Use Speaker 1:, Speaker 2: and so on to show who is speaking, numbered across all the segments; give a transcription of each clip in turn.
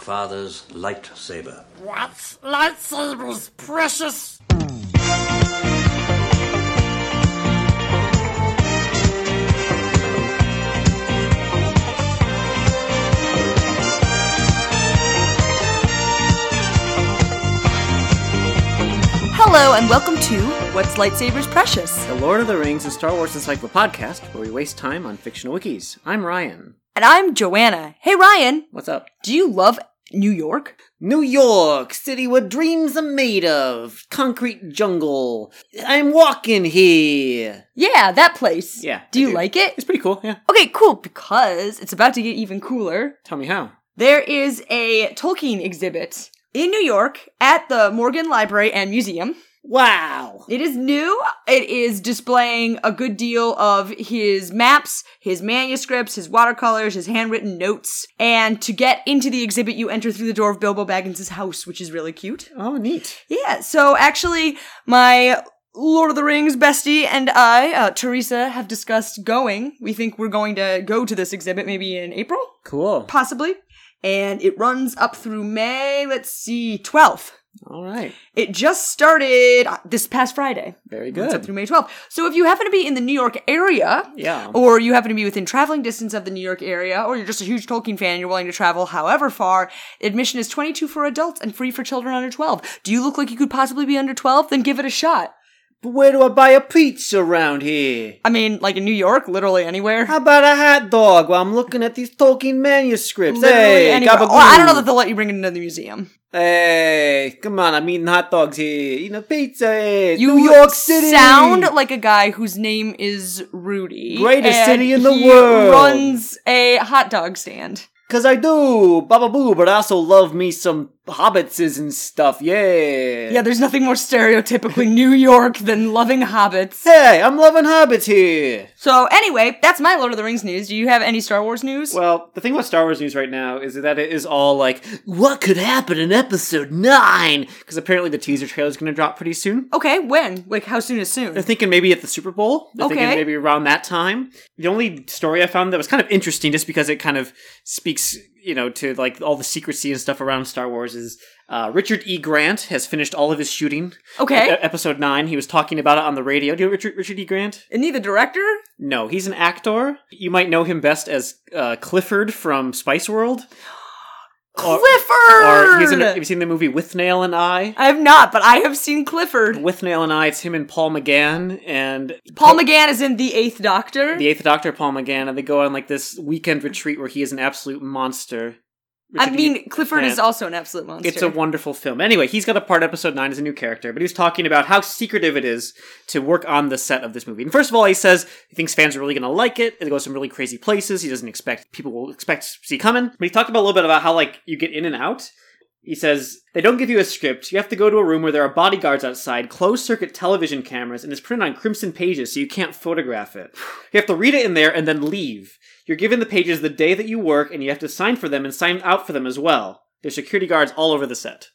Speaker 1: father's lightsaber.
Speaker 2: What? Lightsabers, precious!
Speaker 3: Hello and welcome to What's Lightsabers Precious?
Speaker 4: The Lord of the Rings and Star Wars Encyclo podcast, where we waste time on fictional wikis. I'm Ryan.
Speaker 3: And I'm Joanna. Hey Ryan,
Speaker 4: What's up?
Speaker 3: do you love New York?
Speaker 4: New York, city where dreams are made of, concrete jungle. I'm walking here.
Speaker 3: Yeah, that place.
Speaker 4: Yeah,
Speaker 3: Do
Speaker 4: I
Speaker 3: you
Speaker 4: do.
Speaker 3: like it?
Speaker 4: It's pretty cool, yeah.
Speaker 3: Okay, cool, because it's about to get even cooler.
Speaker 4: Tell me how.
Speaker 3: There is a Tolkien exhibit in New York at the Morgan Library and Museum.
Speaker 4: Wow.
Speaker 3: It is new. It is displaying a good deal of his maps, his manuscripts, his watercolors, his handwritten notes. And to get into the exhibit, you enter through the door of Bilbo Baggins' house, which is really cute.
Speaker 4: Oh, neat.
Speaker 3: Yeah, so actually, my Lord of the Rings bestie and I, uh, Teresa, have discussed going. We think we're going to go to this exhibit maybe in April,
Speaker 4: Cool.
Speaker 3: possibly. And it runs up through May, let's see, 12th.
Speaker 4: All right.
Speaker 3: It just started uh, this past Friday.
Speaker 4: Very
Speaker 3: It's up
Speaker 4: good.
Speaker 3: through May 12th. So if you happen to be in the New York area,
Speaker 4: Yeah.
Speaker 3: Um, or you happen to be within traveling distance of the New York area, or you're just a huge Tolkien fan and you're willing to travel however far, admission is 22 for adults and free for children under 12. Do you look like you could possibly be under 12? Then give it a shot.
Speaker 4: But where do I buy a pizza around here?
Speaker 3: I mean, like in New York, literally anywhere.
Speaker 4: How about a hot dog while I'm looking at these Tolkien manuscripts?
Speaker 3: Literally
Speaker 4: hey,
Speaker 3: anywhere.
Speaker 4: gabagoo.
Speaker 3: Well, I don't know that they'll let you bring it into the museum.
Speaker 4: Hey, come on, I'm eating hot dogs here. Eating a pizza. Hey, it's
Speaker 3: You
Speaker 4: New York City.
Speaker 3: sound like a guy whose name is Rudy.
Speaker 4: Greatest
Speaker 3: and
Speaker 4: city in the
Speaker 3: he
Speaker 4: world.
Speaker 3: runs a hot dog stand.
Speaker 4: Cause I do, Baba Boo, but I also love me some hobbitses and stuff, yeah.
Speaker 3: Yeah, there's nothing more stereotypically New York than loving hobbits.
Speaker 4: Hey, I'm loving hobbits here.
Speaker 3: So anyway, that's my Lord of the Rings news. Do you have any Star Wars news?
Speaker 4: Well, the thing about Star Wars news right now is that it is all like, what could happen in episode 9? Because apparently the teaser trailer's gonna drop pretty soon.
Speaker 3: okay, when? Like how soon is soon?
Speaker 4: They're thinking maybe at the Super Bowl. They're
Speaker 3: Okay.
Speaker 4: thinking maybe around that time. The only story I found that was kind of interesting, just because it kind of speaks, you know, to like all the secrecy and stuff around Star Wars, is uh, Richard E. Grant has finished all of his shooting.
Speaker 3: Okay.
Speaker 4: E- episode nine, he was talking about it on the radio. Do you know Richard Richard E. Grant?
Speaker 3: Isn't he the director?
Speaker 4: No, he's an actor. You might know him best as uh, Clifford from Spice World. Or-
Speaker 3: Clifford.
Speaker 4: Or he's in. Have you seen the movie With Nail and I?
Speaker 3: I have not, but I have seen Clifford.
Speaker 4: With Nail and I, it's him and Paul McGann and
Speaker 3: Paul McGann is in The Eighth Doctor.
Speaker 4: the Eighth Doctor, Paul McGann, and they go on like this weekend retreat where he is an absolute monster.
Speaker 3: I
Speaker 4: Richard E.
Speaker 3: mean, Clifford is
Speaker 4: Grant.
Speaker 3: also an absolute monster.
Speaker 4: It's a wonderful film. Anyway, he's got a part episode nine as a new character, but he was talking about how secretive it is to work on the set of this movie. And first of all, he says he thinks fans are really going to like it. It goes some really crazy places. He doesn't expect people will expect to see coming. But he talked about a little bit about how like you get in and out. He says they don't give you a script. You have to go to a room where there are bodyguards outside, closed circuit television cameras, and it's printed on crimson pages, so you can't photograph it. You have to read it in there and then leave. You're given the pages the day that you work, and you have to sign for them and sign out for them as well. There's security guards all over the set.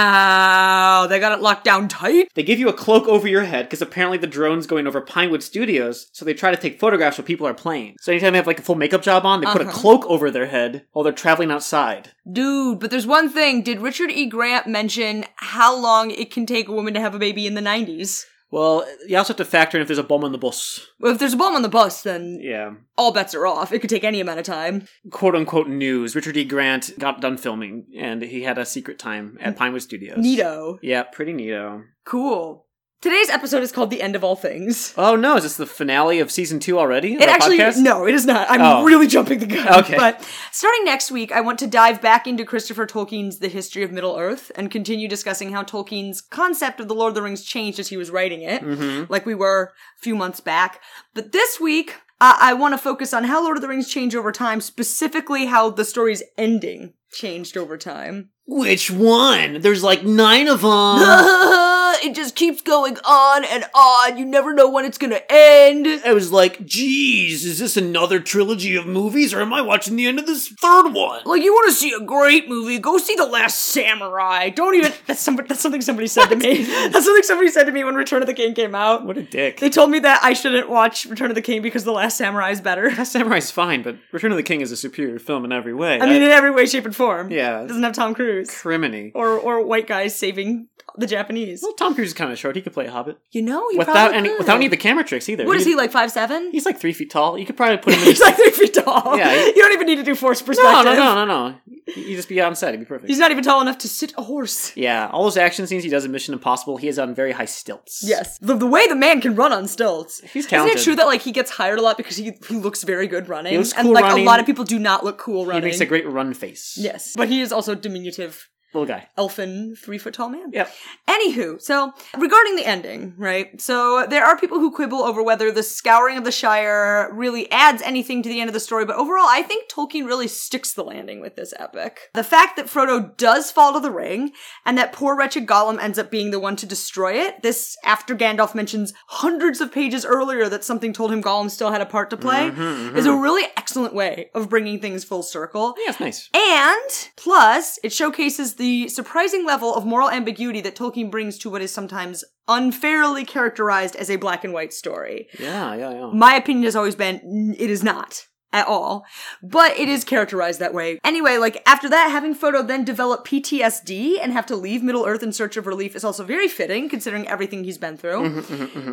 Speaker 3: wow, they got it locked down tight.
Speaker 4: They give you a cloak over your head because apparently the drone's going over Pinewood Studios, so they try to take photographs while people are playing. So anytime they have like a full makeup job on, they put a cloak over their head while they're traveling outside.
Speaker 3: Dude, but there's one thing. Did Richard E. Grant mention how long it can take a woman to have a baby in the 90s?
Speaker 4: Well, you also have to factor in if there's a bomb on the bus.
Speaker 3: Well, if there's a bomb on the bus, then
Speaker 4: Yeah.
Speaker 3: all bets are off. It could take any amount of time.
Speaker 4: quote unquote news. Richard E. Grant got done filming and he had a secret time at Pinewood Studios.
Speaker 3: Neato.
Speaker 4: Yeah, pretty neato.
Speaker 3: Cool. Today's episode is called The End of All Things.
Speaker 4: Oh no, is this the finale of season two already? of
Speaker 3: It
Speaker 4: our
Speaker 3: actually
Speaker 4: podcast?
Speaker 3: no, it is not. I'm
Speaker 4: Oh.
Speaker 3: really jumping the gun.
Speaker 4: Okay.
Speaker 3: But starting next week, I want to dive back into Christopher Tolkien's The History of Middle Earth and continue discussing how Tolkien's concept of the Lord of the Rings changed as he was writing it,
Speaker 4: Mm-hmm.
Speaker 3: like we were a few months back. But this week, uh, I want to focus on how Lord of the Rings changed over time, specifically how the story's ending changed over time.
Speaker 4: Which one? There's like nine of them.
Speaker 3: Uh, it just keeps going on and on. You never know when it's gonna end.
Speaker 4: I was like, geez, is this another trilogy of movies or am I watching the end of this third one?
Speaker 3: Like you want to see a great movie, go see The Last Samurai. Don't even. That's somebody. That's something somebody said to me. That's something somebody said to me when Return of the King came out.
Speaker 4: What a dick.
Speaker 3: They told me that I shouldn't watch Return of the King because The Last Samurai is better.
Speaker 4: Last Samurai's fine, but Return of the King is a superior film in every way.
Speaker 3: I mean, in every way, shape, and form.
Speaker 4: Yeah.
Speaker 3: It doesn't have Tom Cruise
Speaker 4: criminy.
Speaker 3: or or white guys saving the Japanese.
Speaker 4: Well, Tom Cruise is kind of short. He could play a Hobbit
Speaker 3: You know, he
Speaker 4: without
Speaker 3: probably
Speaker 4: any
Speaker 3: could.
Speaker 4: without any of the camera tricks either.
Speaker 3: What is he like? Five seven.
Speaker 4: He's like three feet tall. You could probably put him in.
Speaker 3: He's like three feet tall.
Speaker 4: Yeah, he-
Speaker 3: you don't even need to do forced
Speaker 4: no,
Speaker 3: perspective.
Speaker 4: no, no, no, no. You just be on set. He'd be perfect.
Speaker 3: He's not even tall enough to sit a horse.
Speaker 4: yeah, all those action scenes he does in Mission Impossible, he is on very high stilts.
Speaker 3: Yes, the, the way the man can run on stilts.
Speaker 4: He's talented.
Speaker 3: Isn't it true that like he gets hired a lot because he, he looks very good running,
Speaker 4: looks
Speaker 3: and
Speaker 4: cool
Speaker 3: like
Speaker 4: running.
Speaker 3: a lot of people do not look cool
Speaker 4: he
Speaker 3: running.
Speaker 4: makes a great run face.
Speaker 3: yes, but he is also a diminutive,
Speaker 4: little guy.
Speaker 3: elfin, three foot tall man.
Speaker 4: Yep.
Speaker 3: Anywho, so regarding the ending, right? So there are people who quibble over whether the scouring of the Shire really adds anything to the end of the story, but overall, I think Tolkien really sticks the landing with this epic. The fact that Frodo does fall to the ring and that poor wretched Gollum ends up being the one to destroy it, this after Gandalf mentions hundreds of pages earlier that something told him Gollum still had a part to play, is a really excellent way of bringing things full circle.
Speaker 4: Yeah, it's nice.
Speaker 3: And plus, it showcases the surprising level of moral ambiguity that Tolkien brings to what is sometimes unfairly characterized as a black and white story.
Speaker 4: Yeah, yeah, yeah.
Speaker 3: My opinion has always been "N- it is not at all, but it is characterized that way. Anyway, like after that, having Frodo then develop PTSD and have to leave Middle Earth in search of relief is also very fitting considering everything he's been through.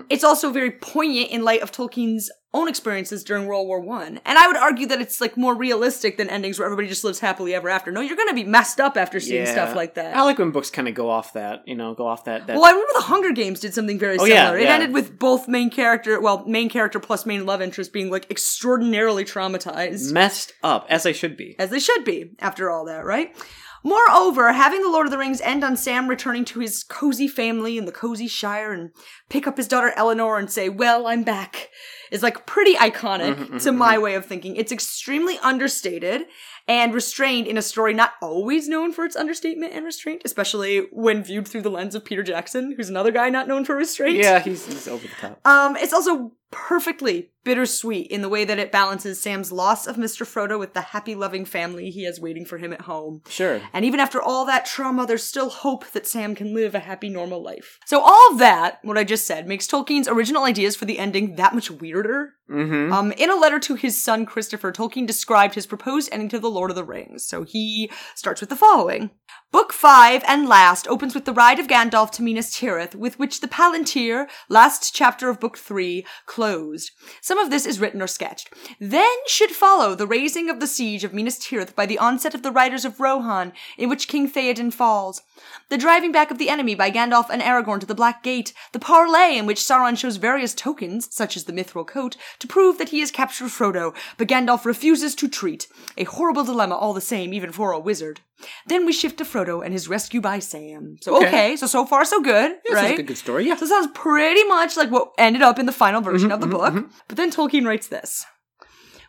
Speaker 3: It's also very poignant in light of Tolkien's own experiences during World War One, and I would argue that it's like more realistic than endings where everybody just lives happily ever after. No, you're gonna be messed up after seeing
Speaker 4: Yeah.
Speaker 3: stuff like that.
Speaker 4: I like when books kind of go off that, you know, go off that. that
Speaker 3: Well, I remember the Hunger Games did something very
Speaker 4: Oh,
Speaker 3: similar.
Speaker 4: yeah,
Speaker 3: it
Speaker 4: yeah.
Speaker 3: ended with both main character, well, main character plus main love interest being like extraordinarily traumatized,
Speaker 4: messed up as I should be.
Speaker 3: as they should be after all that, right? Moreover, having the Lord of the Rings end on Sam returning to his cozy family in the cozy Shire and pick up his daughter Eleanor and say, "Well, I'm back," is like pretty iconic to my way of thinking. It's extremely understated and restrained in a story not always known for its understatement and restraint, especially when viewed through the lens of Peter Jackson, who's another guy not known for restraint.
Speaker 4: Yeah, he's, he's over the top.
Speaker 3: Um, it's also perfectly bittersweet in the way that it balances Sam's loss of Mr. Frodo with the happy, loving family he has waiting for him at home.
Speaker 4: Sure.
Speaker 3: And even after all that trauma, there's still hope that Sam can live a happy, normal life. So, all of that, what I just said, makes Tolkien's original ideas for the ending that much weirder. Mm-hmm. Um, in a letter to his son Christopher, Tolkien described his proposed ending to The Lord of the Rings. So, he starts with the following Book 5 and last opens with the ride of Gandalf to Minas Tirith, with which the Palantir, last chapter of Book 3, closed. Some of this is written or sketched. Then should follow the raising of the siege of Minas Tirith by the onset of the Riders of Rohan, in which King Theoden falls. The driving back of the enemy by Gandalf and Aragorn to the Black Gate, the parley in which Sauron shows various tokens, such as the mithril coat, to prove that he has captured Frodo, but Gandalf refuses to treat. A horrible dilemma all the same, even for a wizard. Then we shift to Frodo and his rescue by Sam. So okay,
Speaker 4: Okay.
Speaker 3: so so far so good,
Speaker 4: That sounds
Speaker 3: right?
Speaker 4: like a good story. Yeah.
Speaker 3: So it sounds pretty much like what ended up in the final version
Speaker 4: Mm-hmm,
Speaker 3: of the book. But then Tolkien writes this.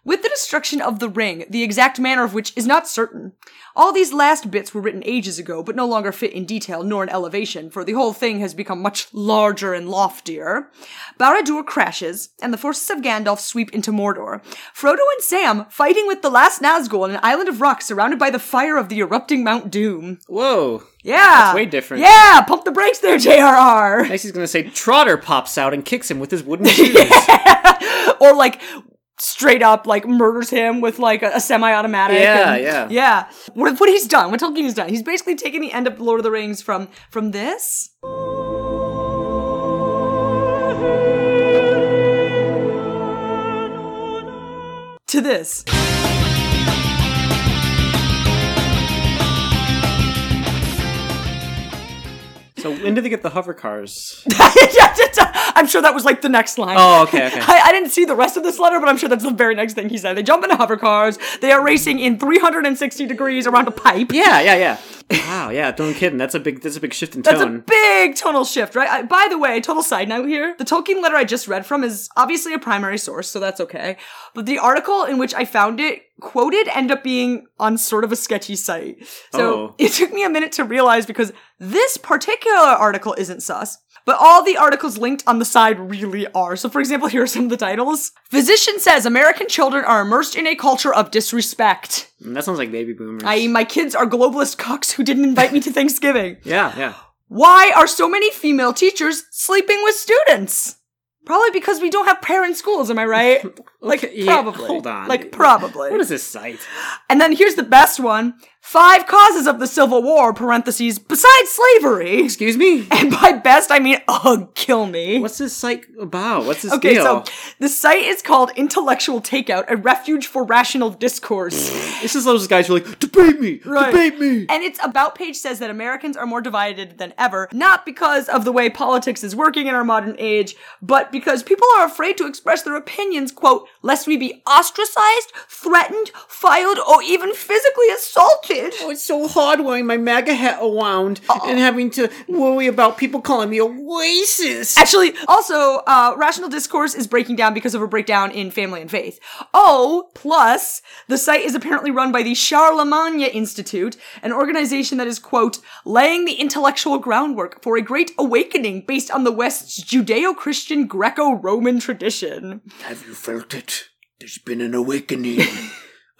Speaker 3: With the destruction of the ring, the exact manner of which is not certain. All these last bits were written ages ago, but no longer fit in detail nor in elevation, for the whole thing has become much larger and loftier. Barad-dûr crashes, and the forces of Gandalf sweep into Mordor. Frodo and Sam fighting with the last Nazgul on an island of rocks surrounded by the fire of the erupting Mount Doom.
Speaker 4: Whoa.
Speaker 3: Yeah,
Speaker 4: way different.
Speaker 3: Yeah, pump the brakes there, J.R.R.
Speaker 4: Next, he's gonna say Trotter pops out and kicks him with his wooden shoes.
Speaker 3: or like straight up like murders him with like a, a semi-automatic.
Speaker 4: Yeah,
Speaker 3: and-
Speaker 4: yeah.
Speaker 3: yeah. What, what he's done, what Tolkien has done, he's basically taken the end of Lord of the Rings from from this. To this.
Speaker 4: So when did they get the hover cars?
Speaker 3: I'm sure that was like the next line.
Speaker 4: Oh, okay, okay.
Speaker 3: I, I didn't see the rest of this letter, but I'm sure that's the very next thing he said. They jump into hover cars. They are racing in 360 degrees around a pipe.
Speaker 4: Yeah, yeah, yeah. Wow, yeah, don't kidding. That's a big that's a big shift in
Speaker 3: That's a
Speaker 4: tone.
Speaker 3: big tonal shift, right? I, by the way, total side note here. The Tolkien letter I just read from is obviously a primary source, so that's okay. But the article in which I found it quoted end up being on sort of a sketchy site. So
Speaker 4: Oh.
Speaker 3: it took me a minute to realize because this particular article isn't sus. But all the articles linked on the side really are. So, for example, here are some of the titles. Physician says American children are immersed in a culture of disrespect.
Speaker 4: Mm, that sounds like baby boomers.
Speaker 3: I.e., my kids are globalist cucks who didn't invite me to Thanksgiving.
Speaker 4: yeah, yeah.
Speaker 3: Why are so many female teachers sleeping with students? Probably because we don't have parent schools, am I right? Like,
Speaker 4: Yeah,
Speaker 3: probably.
Speaker 4: hold on.
Speaker 3: Like, probably.
Speaker 4: What is this site?
Speaker 3: and then here's the best one Five causes of the Civil War, parentheses, besides slavery.
Speaker 4: Excuse me.
Speaker 3: And by best, I mean, ugh, kill me.
Speaker 4: What's this site about? What's this
Speaker 3: Okay,
Speaker 4: deal?
Speaker 3: so the site is called Intellectual Takeout, a refuge for rational discourse.
Speaker 4: This is those guys who are like, debate me,
Speaker 3: Right.
Speaker 4: debate me.
Speaker 3: And its about page says that Americans are more divided than ever, not because of the way politics is working in our modern age, but because people are afraid to express their opinions, quote, lest we be ostracized, threatened, filed, or even physically assaulted.
Speaker 4: Oh, it's so hard wearing my MAGA hat around and having to worry about people calling me a racist.
Speaker 3: Actually, also, uh, rational discourse is breaking down because of a breakdown in family and faith. Oh, plus, the site is apparently run by the Charlemagne Institute, an organization that is, quote, laying the intellectual groundwork for a great awakening based on the West's Judeo-Christian Greco-Roman tradition.
Speaker 5: Have you felt it? There's been an awakening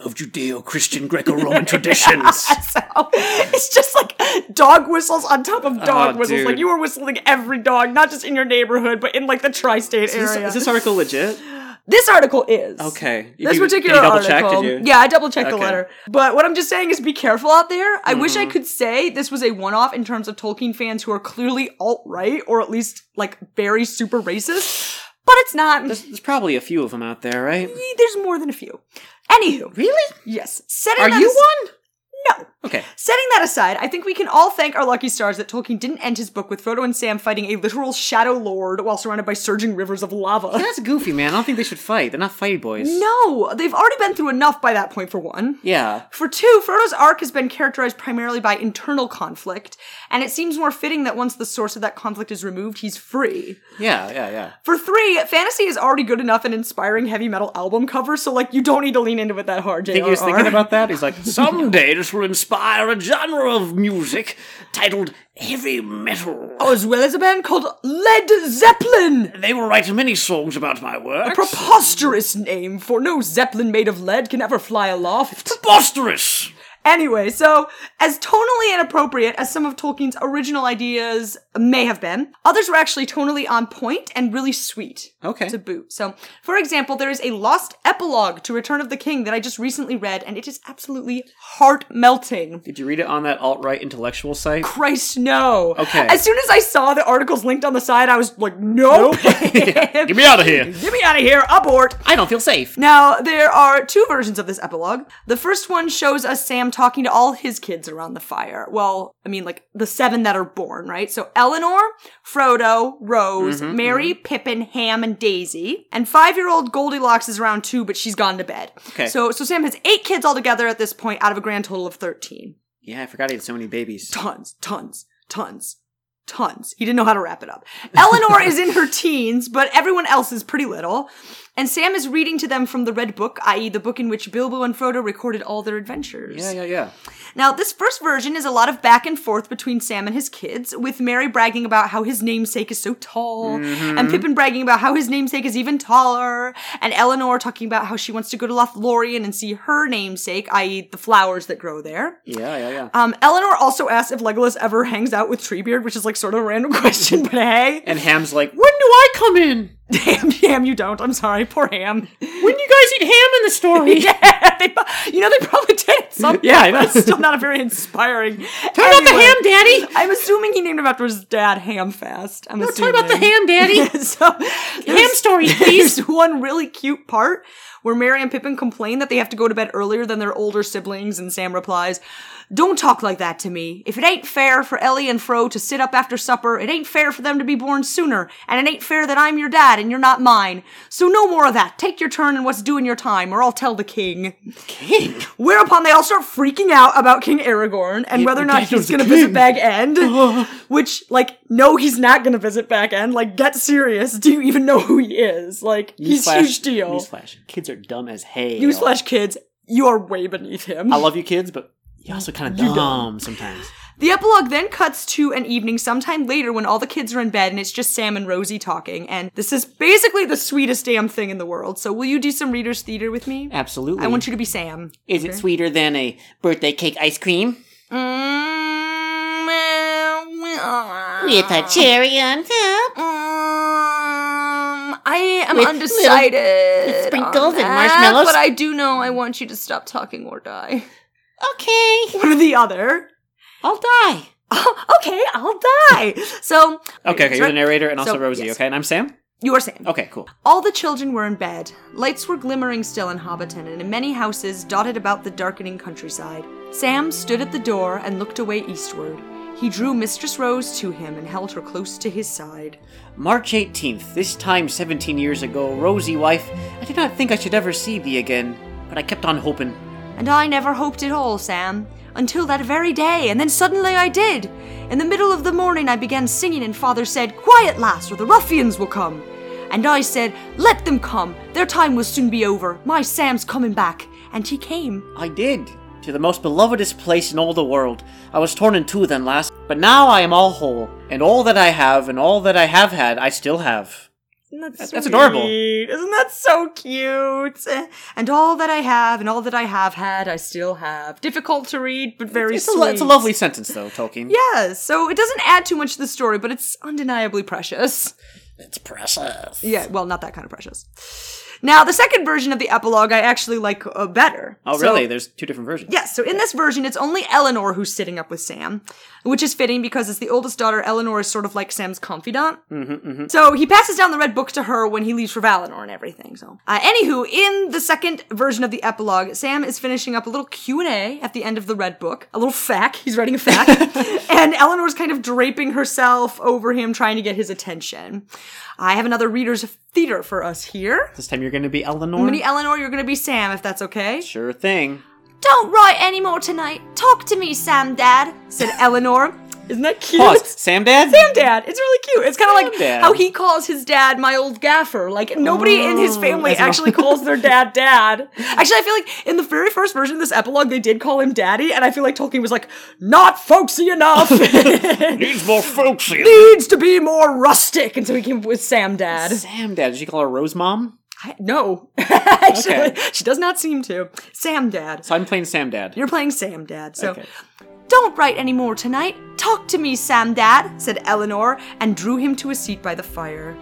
Speaker 5: of Judeo Christian Greco Roman traditions.
Speaker 3: So, it's just like dog whistles on top of dog
Speaker 4: Oh,
Speaker 3: whistles. Like
Speaker 4: dude.
Speaker 3: you were whistling every dog, not just in your neighborhood, but in like the tri-state
Speaker 4: Is this,
Speaker 3: area.
Speaker 4: is this article legit?
Speaker 3: This article is.
Speaker 4: Okay. You-
Speaker 3: This
Speaker 4: you-
Speaker 3: particular
Speaker 4: did you double check?
Speaker 3: article.
Speaker 4: Did you?
Speaker 3: Yeah, I double checked the
Speaker 4: Okay. Mm-hmm.
Speaker 3: letter. But what I'm just saying is be careful out there. I wish I could say this was a one off in terms of Tolkien fans who are clearly alt right or at least like very super racist, but it's not. There's,
Speaker 4: There's probably a few of them out there, right?
Speaker 3: more than a few. Anywho.
Speaker 4: Really?
Speaker 3: Yes. Setting
Speaker 4: Are
Speaker 3: that
Speaker 4: you
Speaker 3: as-
Speaker 4: one?
Speaker 3: No.
Speaker 4: Okay.
Speaker 3: Setting that aside, I think we can all thank our lucky stars that Tolkien didn't end his book with Frodo and Sam fighting a literal shadow lord while surrounded by surging rivers of lava.
Speaker 4: That's goofy, man. I don't think they should fight. They're not fighty boys.
Speaker 3: No, they've already been through enough by that point, for one.
Speaker 4: Yeah.
Speaker 3: For two, Frodo's arc has been characterized primarily by internal conflict, and it seems more fitting that once the source of that conflict is removed, he's free.
Speaker 4: Yeah, yeah, yeah.
Speaker 3: For three, fantasy is already good enough an inspiring heavy metal album cover, so like you don't need to lean into it that hard.
Speaker 4: Think he was
Speaker 3: JRR.
Speaker 4: thinking about that? He's like,
Speaker 5: Someday this will inspire a genre of music titled heavy metal.
Speaker 3: as well as a band called Led Zeppelin.
Speaker 5: They will write many songs about my work.
Speaker 3: Preposterous name, for no zeppelin made of lead can ever fly aloft.
Speaker 5: Preposterous!
Speaker 3: Anyway, so as tonally inappropriate as some of Tolkien's original ideas may have been, others were actually tonally on point and really sweet.
Speaker 4: Okay.
Speaker 3: To boot. So, for example, there is a lost epilogue to Return of the King that I just recently read, and it is absolutely heart melting.
Speaker 4: Did you read it on that alt right intellectual site?
Speaker 3: Christ, no.
Speaker 4: Okay.
Speaker 3: As soon as I saw the articles linked on the side, I was like, nope. Get
Speaker 5: Get me out of here!
Speaker 3: me out of here. Abort.
Speaker 4: I don't feel safe.
Speaker 3: Now, there are two versions of this epilogue. The first one shows us Sam talking to all his kids around the fire. Well, I mean, like the seven that are born, right? So Eleanor, Frodo, Rose, Mary, Pippin, Ham, and Daisy. And five year old Goldilocks is around too, but she's gone to bed.
Speaker 4: Okay.
Speaker 3: So, so Sam has eight kids altogether at this point out of a grand total of 13.
Speaker 4: Yeah, I forgot he had so many babies.
Speaker 3: Tons, tons, tons. Tons. He didn't know how to wrap it up. Eleanor is in her teens, but everyone else is pretty little. And Sam is reading to them from the Red Book, i.e., the book in which Bilbo and Frodo recorded all their adventures.
Speaker 4: Yeah, yeah, yeah.
Speaker 3: Now, this first version is a lot of back and forth between Sam and his kids, with Mary bragging about how his namesake is so tall,
Speaker 4: Mm-hmm.
Speaker 3: and Pippin bragging about how his namesake is even taller, and Eleanor talking about how she wants to go to Lothlorien and see her namesake, i.e., the flowers that grow there.
Speaker 4: Yeah, yeah,
Speaker 5: Uh,
Speaker 4: yeah.
Speaker 3: Um, Eleanor also asked if Legolas ever hangs out with Treebeard, which is like sort of a random question, but hey.
Speaker 4: and Ham's like, when do I come in?
Speaker 3: Ham, Ham, you don't. I'm sorry, poor Ham.
Speaker 4: When do you guys eat ham in the story?
Speaker 3: yeah, they, pro- you know they probably did. Some,
Speaker 4: Yeah, I know.
Speaker 3: It's still not a very inspiring.
Speaker 4: Turn off the ham, Daddy!
Speaker 3: I'm assuming he named him after his dad, Hamfast. I'm no,
Speaker 4: Talk about the ham, Daddy.
Speaker 3: so ham
Speaker 4: story, please.
Speaker 3: There's one really cute part where Mary and Pippin complain that they have to go to bed earlier than their older siblings, and Sam replies, "Don't talk like that to me. If it ain't fair for Ellie and Fro to sit up after supper, it ain't fair for them to be born sooner, and it ain't fair that I'm your dad, bad and you're not mine. So no more of that. Take your turn and what's due in your time, or I'll tell the king. King? Whereupon they all start freaking out about King Aragorn and whether or not he's gonna visit Bag End. which, like, no, he's not gonna visit Bag End. Like, get serious. Do you even know who he is? Like, he's
Speaker 4: Newsflash-
Speaker 3: huge deal.
Speaker 4: Newsflash. Kids are dumb as hay. y'all.
Speaker 3: Newsflash kids, you are way beneath him.
Speaker 4: I love you kids, but you're also kind of dumb, sometimes.
Speaker 3: The epilogue then cuts to an evening sometime later when all the kids are in bed and it's just Sam and Rosie talking. And this is basically the sweetest damn thing in the world. So will you do some readers theater with me?
Speaker 4: Absolutely.
Speaker 3: I want you to be Sam.
Speaker 4: Is it sweeter than a birthday cake ice cream?
Speaker 2: With
Speaker 6: a cherry on top.
Speaker 2: Um, I am
Speaker 6: With
Speaker 2: undecided.
Speaker 6: with sprinkles
Speaker 2: on
Speaker 6: and
Speaker 2: that,
Speaker 6: marshmallows.
Speaker 2: But I do know I want you to stop talking or die.
Speaker 6: Okay,
Speaker 3: One or the other.
Speaker 6: I'll die.
Speaker 3: okay, I'll die. So
Speaker 4: Okay, okay. You're the
Speaker 3: right.
Speaker 4: narrator and also
Speaker 3: So,
Speaker 4: Rosie,
Speaker 3: yes.
Speaker 4: okay? Oh. And I'm Sam?
Speaker 3: You are Sam.
Speaker 4: Okay, cool.
Speaker 3: All the children were in bed. Lights were glimmering still in Hobbiton and in many houses dotted about the darkening countryside. Sam stood at the door and looked away eastward. He drew Mistress Rose to him and held her close to his side.
Speaker 4: March 18th, this time 17 years ago, Rosie, wife, I did not think I should ever see thee again, but I kept on hoping.
Speaker 3: And I never hoped at all, Sam, until that very day, and then suddenly I did. In the middle of the morning, I began singing, and Father said, Quiet, lass, or the ruffians will come. And I said, Let them come. Their time will soon be over. My Sam's coming back. And he came.
Speaker 4: I did. To the most belovedest place in all the world. I was torn in two then last, but now I am all whole, and all that I have and all that I have had, I still have. That- that's adorable.
Speaker 3: Isn't that so cute? And all that I have and all that I have had, I still have. Difficult to read, but very
Speaker 4: It's a,
Speaker 3: sweet.
Speaker 4: lo- it's a lovely sentence, though, Tolkien.
Speaker 3: Yes, so it doesn't add too much to the story, but it's undeniably precious.
Speaker 5: It's precious.
Speaker 3: Yeah, well, not that kind of precious. Now, the second version of the epilogue I actually like uh, better.
Speaker 4: Oh,
Speaker 3: So-
Speaker 4: really? There's two different versions.
Speaker 3: Yes, so in this version, it's only Eleanor who's sitting up with Sam, which is fitting because it's the oldest daughter. Eleanor is sort of like Sam's confidant. Mm-hmm, So he passes down the red book to her when he leaves for Valinor and everything. So, uh, anywho, in the second version of the epilogue, Sam is finishing up a little Q and A at the end of the red book, a little fac. He's writing a fac, and Eleanor's kind of draping herself over him, trying to get his attention. I have another reader's theater for us here.
Speaker 4: This time you're going to be Eleanor?
Speaker 3: Mini Eleanor, you're going to be Sam if that's okay.
Speaker 4: sure thing.
Speaker 2: Don't write any more tonight. Talk to me, Sam Dad.
Speaker 3: said Eleanor. Isn't that cute?
Speaker 4: Pause. Sam Dad?
Speaker 3: Sam Dad. It's really cute. It's kind of like
Speaker 4: Dad.
Speaker 3: how he calls his dad my old gaffer. Like nobody in his family
Speaker 4: that's Oh, an-
Speaker 3: actually calls their dad dad. Actually, I feel like in the very first version of this epilogue, they did call him daddy, and I feel like Tolkien was like, not folksy enough.
Speaker 5: Needs more folksy.
Speaker 3: Needs to be more rustic. And so he came up with Sam Dad.
Speaker 4: Sam Dad. Did you call her Rose Mom?
Speaker 3: I- no. actually,
Speaker 4: Okay.
Speaker 3: she does not seem to. Sam Dad.
Speaker 4: So I'm playing Sam Dad.
Speaker 3: You're playing Sam Dad, so.
Speaker 4: Okay.
Speaker 3: Don't write any more tonight. Talk to me, Sam Dad, said Eleanor, and drew him to a seat by the fire.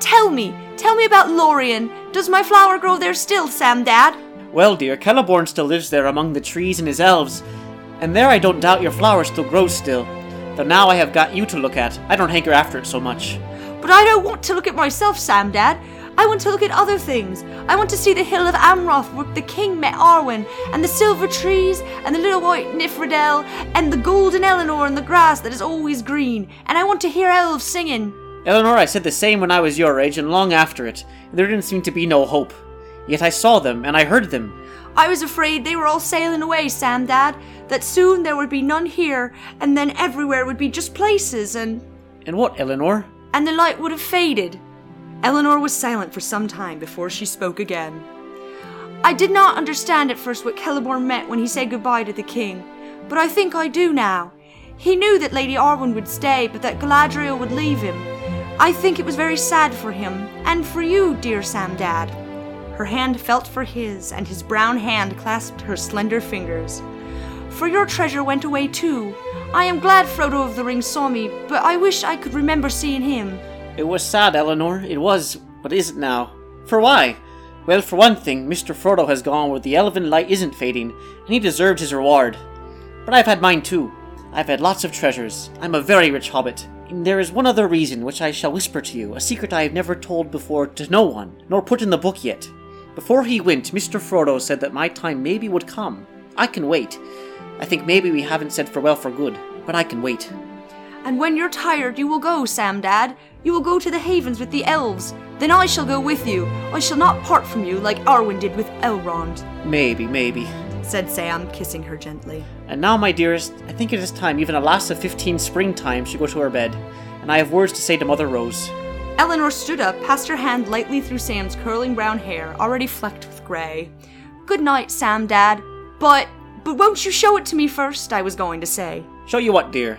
Speaker 3: Tell me, tell me about Lorien. Does my flower grow there still, Sam Dad?
Speaker 4: Well, dear, Celeborn still lives there among the trees and his elves, and there I don't doubt your flower still grows still. Though now I have got you to look at, I don't hanker after it so much.
Speaker 3: But I don't want to look at myself, Sam Dad. I want to look at other things. I want to see the hill of Amroth where the king met Arwen, and the silver trees, and the little white Nifredel, and the golden Eleanor and the grass that is always green, and I want to hear elves singing.
Speaker 4: Eleanor, I said the same when I was your age and long after it, and there didn't seem to be no hope. Yet I saw them and I heard them.
Speaker 3: I was afraid they were all sailing away, Sam Dad, that soon there would be none here, and then everywhere would be just places, and
Speaker 4: And what, Eleanor?
Speaker 3: and the light would have faded. Eleanor was silent for some time before she spoke again. I did not understand at first what Celeborn meant when he said goodbye to the king, but I think I do now. He knew that Lady Arwen would stay, but that Galadriel would leave him. I think it was very sad for him, and for you, dear Sam Dad. Her hand felt for his, and his brown hand clasped her slender fingers for your treasure went away too. I am glad Frodo of the Ring saw me, but I wish I could remember seeing him.
Speaker 4: It was sad, Eleanor. It was, but isn't now. For why? Well, for one thing, Mr. Frodo has gone where the elven light isn't fading, and he deserved his reward. But I've had mine too. I've had lots of treasures. I'm a very rich hobbit. And there is one other reason which I shall whisper to you, a secret I have never told before to no one, nor put in the book yet. Before he went, Mr. Frodo said that my time maybe would come. I can wait. I think maybe we haven't said farewell for good, but I can wait.
Speaker 3: And when you're tired, you will go, Sam Dad.
Speaker 2: You will go to the havens with the elves. Then I shall go with you. I shall not part from you like Arwen did with Elrond,
Speaker 4: Maybe, maybe.
Speaker 3: said Sam, kissing her gently.
Speaker 4: And now, my dearest, I think it is time even a lass of fifteen springtime should go to her bed, and I have words to say to Mother Rose.
Speaker 3: Eleanor stood up, passed her hand lightly through Sam's curling brown hair, already flecked with gray.
Speaker 2: Good night, Sam, Dad. But, but won't you show it to me first? I was going to say.
Speaker 4: Show you what, dear?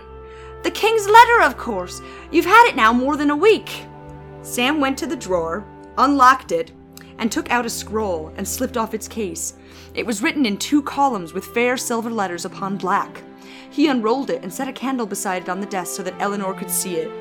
Speaker 2: The King's letter, of course. You've had it now more than a week.
Speaker 3: Sam went to the drawer, unlocked it, and took out a scroll and slipped off its case. It was written in two columns with fair silver letters upon black. He unrolled it and set a candle beside it on the desk so that Eleanor could see it.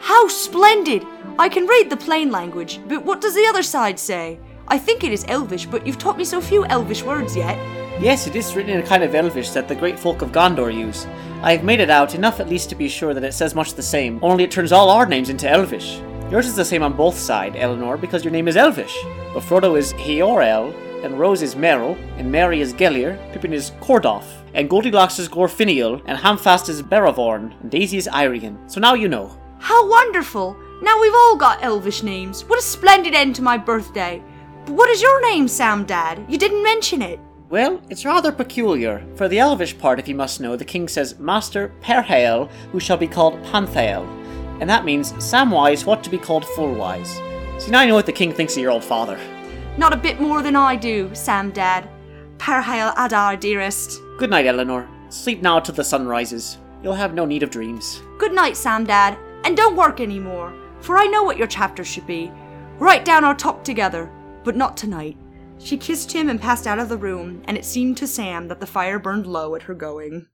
Speaker 2: How splendid! I can read the plain language, but what does the other side say? I think it is Elvish, but you've taught me so few Elvish words yet.
Speaker 4: Yes, it is written in a kind of Elvish that the great folk of Gondor use. I have made it out, enough at least to be sure that it says much the same, only it turns all our names into Elvish. Yours is the same on both sides, Eleanor, because your name is Elvish. But Frodo is Heorel, and Rose is Merrill, and Mary is Gellir, Pippin is Cordoff, and Goldilocks is Gorfinial, and Hamfast is Beravorn, and Daisy is Irian. So now you know.
Speaker 2: How wonderful! Now we've all got Elvish names. What a splendid end to my birthday. But what is your name, Sam Dad? You didn't mention it.
Speaker 4: Well, it's rather peculiar. For the Elvish part, if you must know, the king says, Master Perhael, who shall be called Panthael. And that means Samwise what to be called Fullwise. See, now I know what the king thinks of your old father.
Speaker 2: Not a bit more than I do, Sam Dad. Parhail Adar, dearest.
Speaker 4: Good night, Eleanor. Sleep now till the sun rises. You'll have no need of dreams.
Speaker 2: Good night, Sam Dad, and don't work anymore, for I know what your chapter should be. Write down our talk together, but not tonight.
Speaker 3: She kissed him and passed out of the room, and it seemed to Sam that the fire burned low at her going.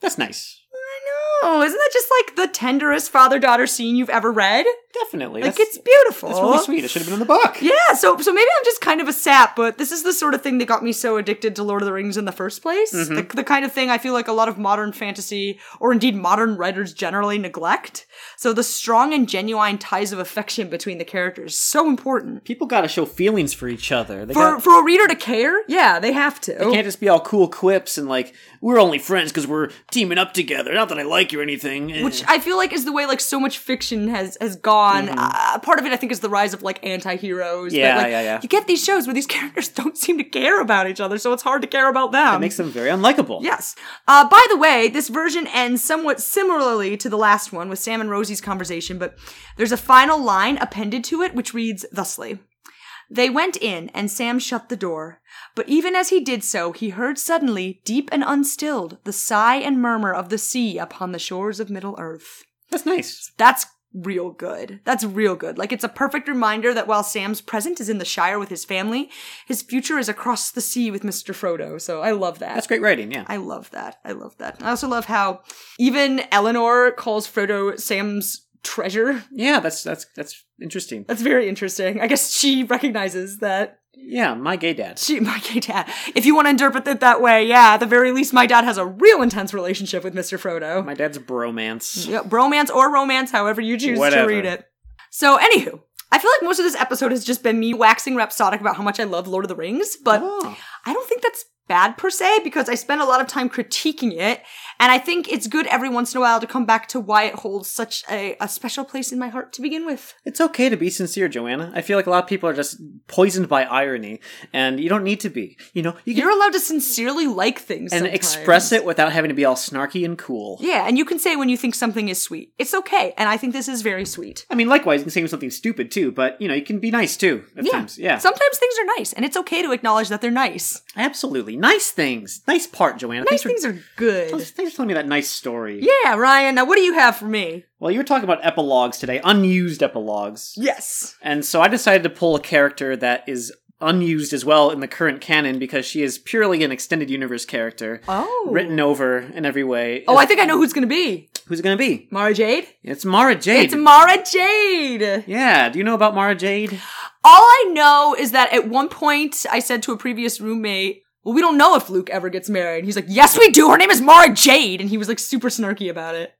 Speaker 4: That's nice.
Speaker 3: I know! Isn't that just like the tenderest father daughter scene you've ever read?
Speaker 4: Definitely.
Speaker 3: Like,
Speaker 4: that's,
Speaker 3: it's beautiful.
Speaker 4: that's really sweet. It should have been in the book.
Speaker 3: Yeah, so so maybe I'm just kind of a sap, but this is the sort of thing that got me so addicted to Lord of the Rings in the first place.
Speaker 4: Mm-hmm.
Speaker 3: The, the kind of thing I feel like a lot of modern fantasy, or indeed modern writers generally neglect. So the strong and genuine ties of affection between the characters is so important.
Speaker 4: People gotta show feelings for each other. They
Speaker 3: For,
Speaker 4: gotta-
Speaker 3: for a reader to care, yeah, they have to.
Speaker 4: can't just be all cool quips and like, we're only friends because we're teaming up together. Not that I like you or anything. eh.
Speaker 3: which I feel like is the way like so much fiction has has gone. Uh, part of it, I think, is the rise of like anti-heroes.
Speaker 4: Mm-hmm. Yeah,
Speaker 3: but, like,
Speaker 4: yeah, yeah.
Speaker 3: You get these shows where these characters don't seem to care about each other, so it's hard to care about them.
Speaker 4: makes them very unlikable.
Speaker 3: Yes. Uh, by the way, this version ends somewhat similarly to the last one with Sam and Rosie's conversation, but there's a final line appended to it which reads thusly. They went in, and Sam shut the door. But even as he did so, he heard suddenly, deep and unstilled, the sigh and murmur of the sea upon the shores of Middle Earth.
Speaker 4: That's nice.
Speaker 3: That's real good. That's real good. Like, it's a perfect reminder that while Sam's present is in the Shire with his family, his future is across the sea with Mr. Frodo. So I love that.
Speaker 4: That's great writing, yeah.
Speaker 3: I love that. I love that. I also love how even Eleanor calls Frodo Sam's treasure.
Speaker 4: yeah, that's that's that's interesting.
Speaker 3: That's very interesting. I guess she recognizes that
Speaker 4: Yeah, my gay dad.
Speaker 3: she, my gay dad. If you want to interpret it that way, yeah, at the very least, my dad has a real intense relationship with Mr. Frodo.
Speaker 4: My dad's bromance.
Speaker 3: yeah, bromance or romance, however you choose
Speaker 4: Whatever.
Speaker 3: to read it. So, anywho, I feel like most of this episode has just been me waxing rhapsodic about how much I love Lord of the Rings, but
Speaker 4: Oh.
Speaker 3: I don't think that's bad per se because I spend a lot of time critiquing it, and I think it's good every once in a while to come back to why it holds such a, a special place in my heart to begin with.
Speaker 4: It's okay to be sincere, Joanna. I feel like a lot of people are just poisoned by irony, and you don't need to be. You know, you can
Speaker 3: You're allowed to sincerely like things
Speaker 4: and
Speaker 3: sometimes.
Speaker 4: express it without having to be all snarky and cool.
Speaker 3: Yeah, and you can say when you think something is sweet. It's okay, and I think this is very sweet.
Speaker 4: I mean, likewise, you can say something stupid too, but you know, you can be nice too at times. Yeah,
Speaker 3: Sometimes things are nice, and it's okay to acknowledge that they're nice.
Speaker 4: absolutely. Nice things, nice part, Joanna. thanks
Speaker 3: Nice
Speaker 4: for,
Speaker 3: things are good.
Speaker 4: Thanks for telling me that nice story.
Speaker 3: Yeah, Ryan, now what do you have for me?
Speaker 4: Well, you were talking about epilogues today, unused epilogues.
Speaker 3: Yes.
Speaker 4: And so I decided to pull a character that is unused as well in the current canon because she is purely an extended universe character.
Speaker 3: Oh.
Speaker 4: Written over in every way.
Speaker 3: Oh, I think I know who's going to be.
Speaker 4: Who's it going to be?
Speaker 3: Mara Jade?
Speaker 4: It's Mara Jade.
Speaker 3: It's Mara Jade.
Speaker 4: yeah, do you know about Mara Jade?
Speaker 3: All I know is that at one point I said to a previous roommate, well, we don't know if Luke ever gets married. He's like, yes, we do. Her name is Mara Jade. And he was like super snarky about it.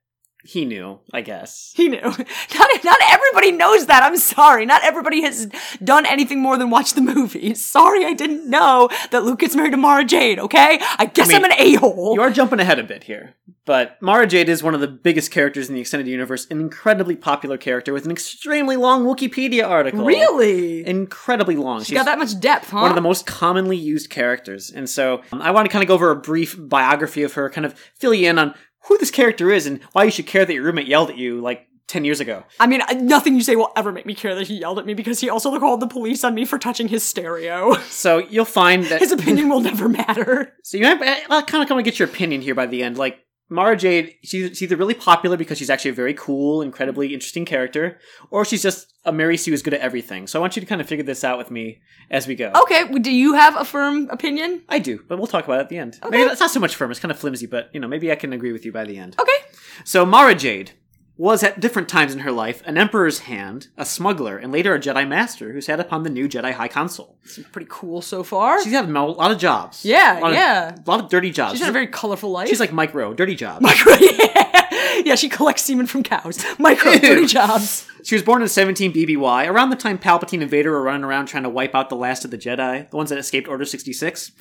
Speaker 4: he knew, I guess.
Speaker 3: He knew. Not, not everybody knows that. I'm sorry. Not everybody has done anything more than watch the movie. Sorry, I didn't know that Luke gets married to Mara Jade, okay? I guess I
Speaker 4: I mean,
Speaker 3: am an a hole.
Speaker 4: You are jumping ahead a bit here, but Mara Jade is one of the biggest characters in the extended universe, an incredibly popular character with an extremely long Wikipedia article.
Speaker 3: Really?
Speaker 4: Incredibly long.
Speaker 3: You got that much depth, huh?
Speaker 4: one of the most commonly used characters. And so um, I want to kind of go over a brief biography of her, kind of fill you in on who this character is and why you should care that your roommate yelled at you like 10 years ago.
Speaker 3: I mean, I- nothing you say will ever make me care that he yelled at me because he also called the police on me for touching his stereo.
Speaker 4: So you'll find that.
Speaker 3: his opinion will never matter.
Speaker 4: so you might, I'll kind of come and get your opinion here by the end. Like, Mara Jade, she's, she's either really popular because she's actually a very cool, incredibly interesting character, or she's just a Mary Sue is good at everything. So I want you to kind of figure this out with me as we go.
Speaker 3: Okay, w- do you have a firm opinion?
Speaker 4: I do, but we'll talk about it at the end. Maybe that's not so much firm, it's kind of flimsy, but, you know, maybe I can agree with you by the end.
Speaker 3: Okay.
Speaker 4: So Mara Jade was at different times in her life an emperor's hand, a smuggler, and later a Jedi master who sat upon the new Jedi High Council.
Speaker 3: Pretty cool so far.
Speaker 4: She's had a lot of jobs. a
Speaker 3: Yeah,
Speaker 4: lot
Speaker 3: yeah.
Speaker 4: Of, a lot of dirty jobs.
Speaker 3: She's had a very colorful life.
Speaker 4: she's like Mike Rowe, dirty jobs.
Speaker 3: yeah. yeah, she collects semen from cows. Micro dirty jobs.
Speaker 4: She was born in 17 BBY, around the time Palpatine and Vader were running around trying to wipe out the last of the Jedi, the ones that escaped Order 66.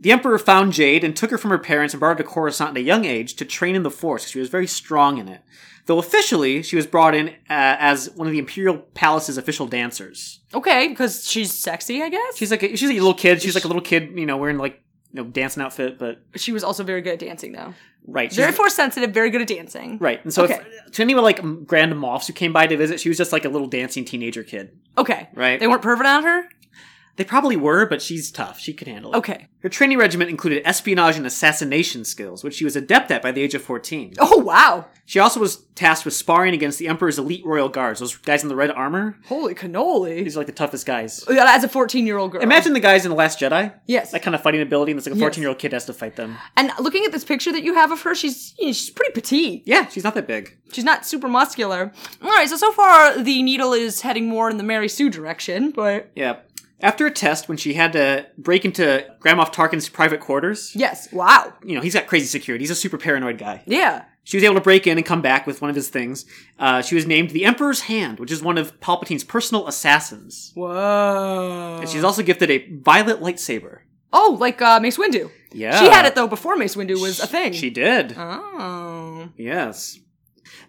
Speaker 4: The Emperor found Jade and took her from her parents and brought her to Coruscant at a young age to train in the Force. 'cause She was very strong in it. Though officially, she was brought in uh, as one of the Imperial Palace's official dancers.
Speaker 3: Okay, because she's sexy, I guess.
Speaker 4: She's like a, she's like a little kid. She's like a little kid, you know, wearing like you know dancing outfit, but
Speaker 3: she was also very good at dancing, though.
Speaker 4: right, she's-
Speaker 3: Very force sensitive, very good at dancing.
Speaker 4: right. And so, if-
Speaker 3: Okay.
Speaker 4: to anyone like Grand Moffs who came by to visit, she was just like a little dancing teenager kid.
Speaker 3: Okay.
Speaker 4: Right.
Speaker 3: They weren't pervert on her?
Speaker 4: They probably were, but she's tough. She could handle it.
Speaker 3: Okay.
Speaker 4: Her training regiment included espionage and assassination skills, which she was adept at by the age of 14.
Speaker 3: Oh, wow.
Speaker 4: She also was tasked with sparring against the Emperor's elite royal guards, those guys in the red armor.
Speaker 3: Holy cannoli.
Speaker 4: These are like the toughest guys.
Speaker 3: As a 14 year old girl.
Speaker 4: Imagine the guys in The Last Jedi.
Speaker 3: Yes.
Speaker 4: That kind of fighting ability, and it's like a 14 year old kid has to fight them.
Speaker 3: And looking at this picture that you have of her, she's you know, she's pretty petite.
Speaker 4: Yeah, she's not that big.
Speaker 3: She's not super muscular. All right, so so far the needle is heading more in the Mary Sue direction, but
Speaker 4: Yeah. After a test, when she had to break into Grand Moff Tarkin's private quarters,
Speaker 3: yes, wow,
Speaker 4: you know, he's got crazy security. He's a super paranoid guy.
Speaker 3: yeah,
Speaker 4: She was able to break in and come back with one of his things. Uh, she was named the Emperor's Hand, which is one of Palpatine's personal assassins.
Speaker 3: whoa.
Speaker 4: And she's also gifted a violet lightsaber.
Speaker 3: Oh, like uh, Mace Windu.
Speaker 4: Yeah.
Speaker 3: She had it though before Mace Windu was a thing.
Speaker 4: She did.
Speaker 3: Oh.
Speaker 4: Yes.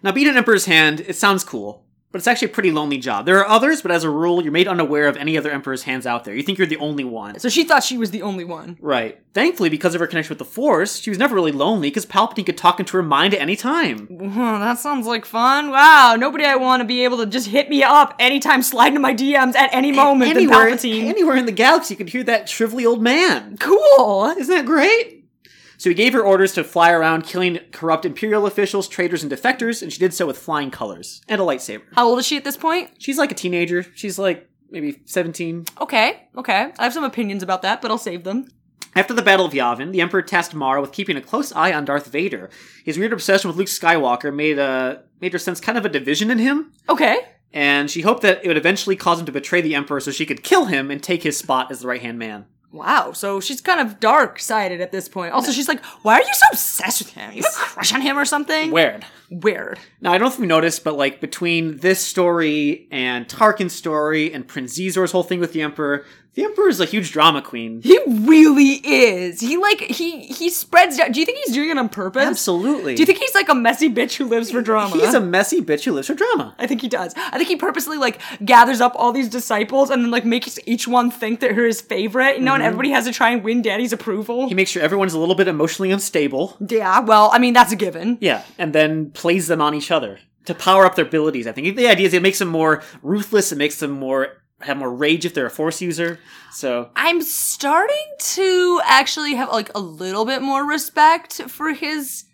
Speaker 4: Now, being an Emperor's Hand, it sounds cool, but it's actually a pretty lonely job. There are others, but as a rule, you're made unaware of any other Emperor's Hands out there. You think you're the only one.
Speaker 3: So she thought she was the only one.
Speaker 4: Right. Thankfully, because of her connection with the Force, she was never really lonely because Palpatine could talk into her mind at any time.
Speaker 3: Huh, that sounds like fun. Wow, nobody I want to be able to just hit me up anytime, slide into my DMs at any moment. than
Speaker 4: anywhere,
Speaker 3: Oh, Palpatine.
Speaker 4: anywhere in the galaxy, you could hear that shrivelly old man.
Speaker 3: cool.
Speaker 4: Isn't that great? So he gave her orders to fly around killing corrupt Imperial officials, traitors, and defectors, and she did so with flying colors and a lightsaber.
Speaker 3: How old is she at this point?
Speaker 4: She's like a teenager. She's like maybe 17.
Speaker 3: Okay, okay. I have some opinions about that, but I'll save them.
Speaker 4: After the Battle of Yavin, the Emperor tasked Mara with keeping a close eye on Darth Vader. His weird obsession with Luke Skywalker made, a, made her sense kind of a division in him,
Speaker 3: Okay.
Speaker 4: and she hoped that it would eventually cause him to betray the Emperor so she could kill him and take his spot as the right hand man.
Speaker 3: Wow, so she's kind of dark sided at this point. Also, she's like, why are you so obsessed with him? You have a crush on him or something?
Speaker 4: Weird.
Speaker 3: Weird.
Speaker 4: Now I don't know if you noticed, but like between this story and Tarkin's story and Prince Zizor's whole thing with the Emperor, the Emperor is a huge drama queen.
Speaker 3: He really is. He like he he spreads. Do you think he's doing it on purpose?
Speaker 4: Absolutely.
Speaker 3: Do you think he's like a messy bitch who lives for drama?
Speaker 4: he's a messy bitch who lives for drama?
Speaker 3: I think he does. I think he purposely like gathers up all these disciples and then like makes each one think that they're his favorite, you know,
Speaker 4: Mm-hmm.
Speaker 3: and everybody has to try and win daddy's approval.
Speaker 4: He makes sure everyone's a little bit emotionally unstable.
Speaker 3: yeah, well, I mean that's a given.
Speaker 4: Yeah, and then plays them on each other to power up their abilities. I think the idea is it makes them more ruthless. It makes them more have more rage if they're a Force user. So
Speaker 2: I'm starting to actually have like a little bit more respect for his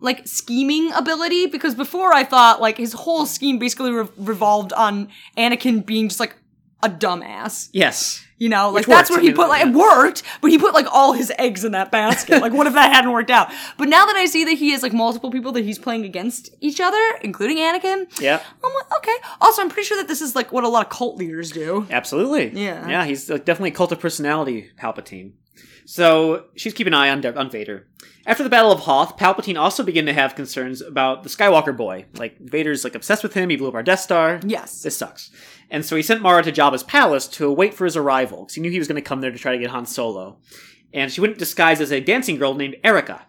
Speaker 2: like scheming ability because before I thought like his whole scheme basically re- revolved on Anakin being just like a dumbass.
Speaker 4: yes,
Speaker 3: You know, like
Speaker 4: Which
Speaker 3: that's
Speaker 4: works.
Speaker 3: where
Speaker 4: I
Speaker 3: he
Speaker 4: mean,
Speaker 3: put like it worked, but he put like all his eggs in that basket. like, what if that hadn't worked out?
Speaker 2: But now that I see that he has like multiple people that he's playing against each other, including Anakin,
Speaker 4: yeah,
Speaker 2: I'm like, okay.
Speaker 3: Also, I'm pretty sure that this is like what a lot of cult leaders do.
Speaker 4: absolutely.
Speaker 3: Yeah.
Speaker 4: yeah, he's like, definitely a cult of personality, Palpatine. So she's keeping an eye on, De- on Vader. After the Battle of Hoth, Palpatine also began to have concerns about the Skywalker boy. Like Vader's like obsessed with him. He blew up our Death Star.
Speaker 3: Yes.
Speaker 4: This sucks. And so he sent Mara to Jabba's palace to await for his arrival because he knew he was going to come there to try to get Han Solo. And she went disguised as a dancing girl named Erica.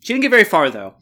Speaker 4: She didn't get very far though.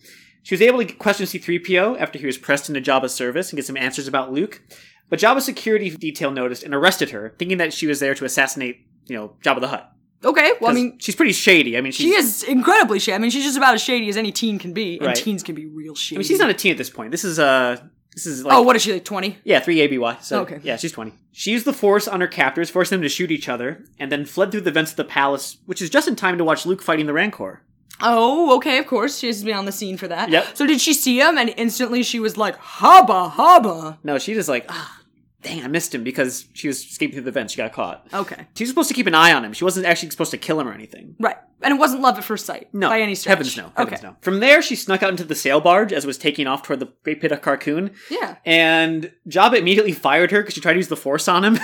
Speaker 4: She was able to question C3PO after he was pressed into Jabba's service and get some answers about Luke. But Jabba's security detail noticed and arrested her, thinking that she was there to assassinate, you know, Jabba the Hutt.
Speaker 3: Okay. Well, I
Speaker 4: 'Cause
Speaker 3: mean,
Speaker 4: she's pretty shady. I mean, she's,
Speaker 3: she is incredibly shady. I mean, she's just about as shady as any teen can be, and
Speaker 4: Right.
Speaker 3: teens can be real shady.
Speaker 4: I mean, she's not a teen at this point. This is uh, this is like
Speaker 3: oh, what is she like? Twenty?
Speaker 4: Yeah, three ABY. So
Speaker 3: Okay.
Speaker 4: yeah, she's twenty. She used the force on her captors, forced them to shoot each other, and then fled through the vents of the palace, which is just in time to watch Luke fighting the Rancor.
Speaker 3: Oh, okay. Of course, she has been on the scene for that.
Speaker 4: Yep.
Speaker 3: So did she see him? And instantly she was like, "Hubba, hubba."
Speaker 4: No, she just like, ah, dang, I missed him because she was escaping through the vents. She got caught.
Speaker 3: Okay.
Speaker 4: She was supposed to keep an eye on him. She wasn't actually supposed to kill him or anything.
Speaker 3: Right. And it wasn't love at first sight.
Speaker 4: No,
Speaker 3: By any stretch.
Speaker 4: Heavens no. Heavens
Speaker 3: okay.
Speaker 4: no. From there, she snuck out into the sail barge as it was taking off toward the Great Pit of Carcoon.
Speaker 3: Yeah.
Speaker 4: And Jabba immediately fired her because she tried to use the force on him.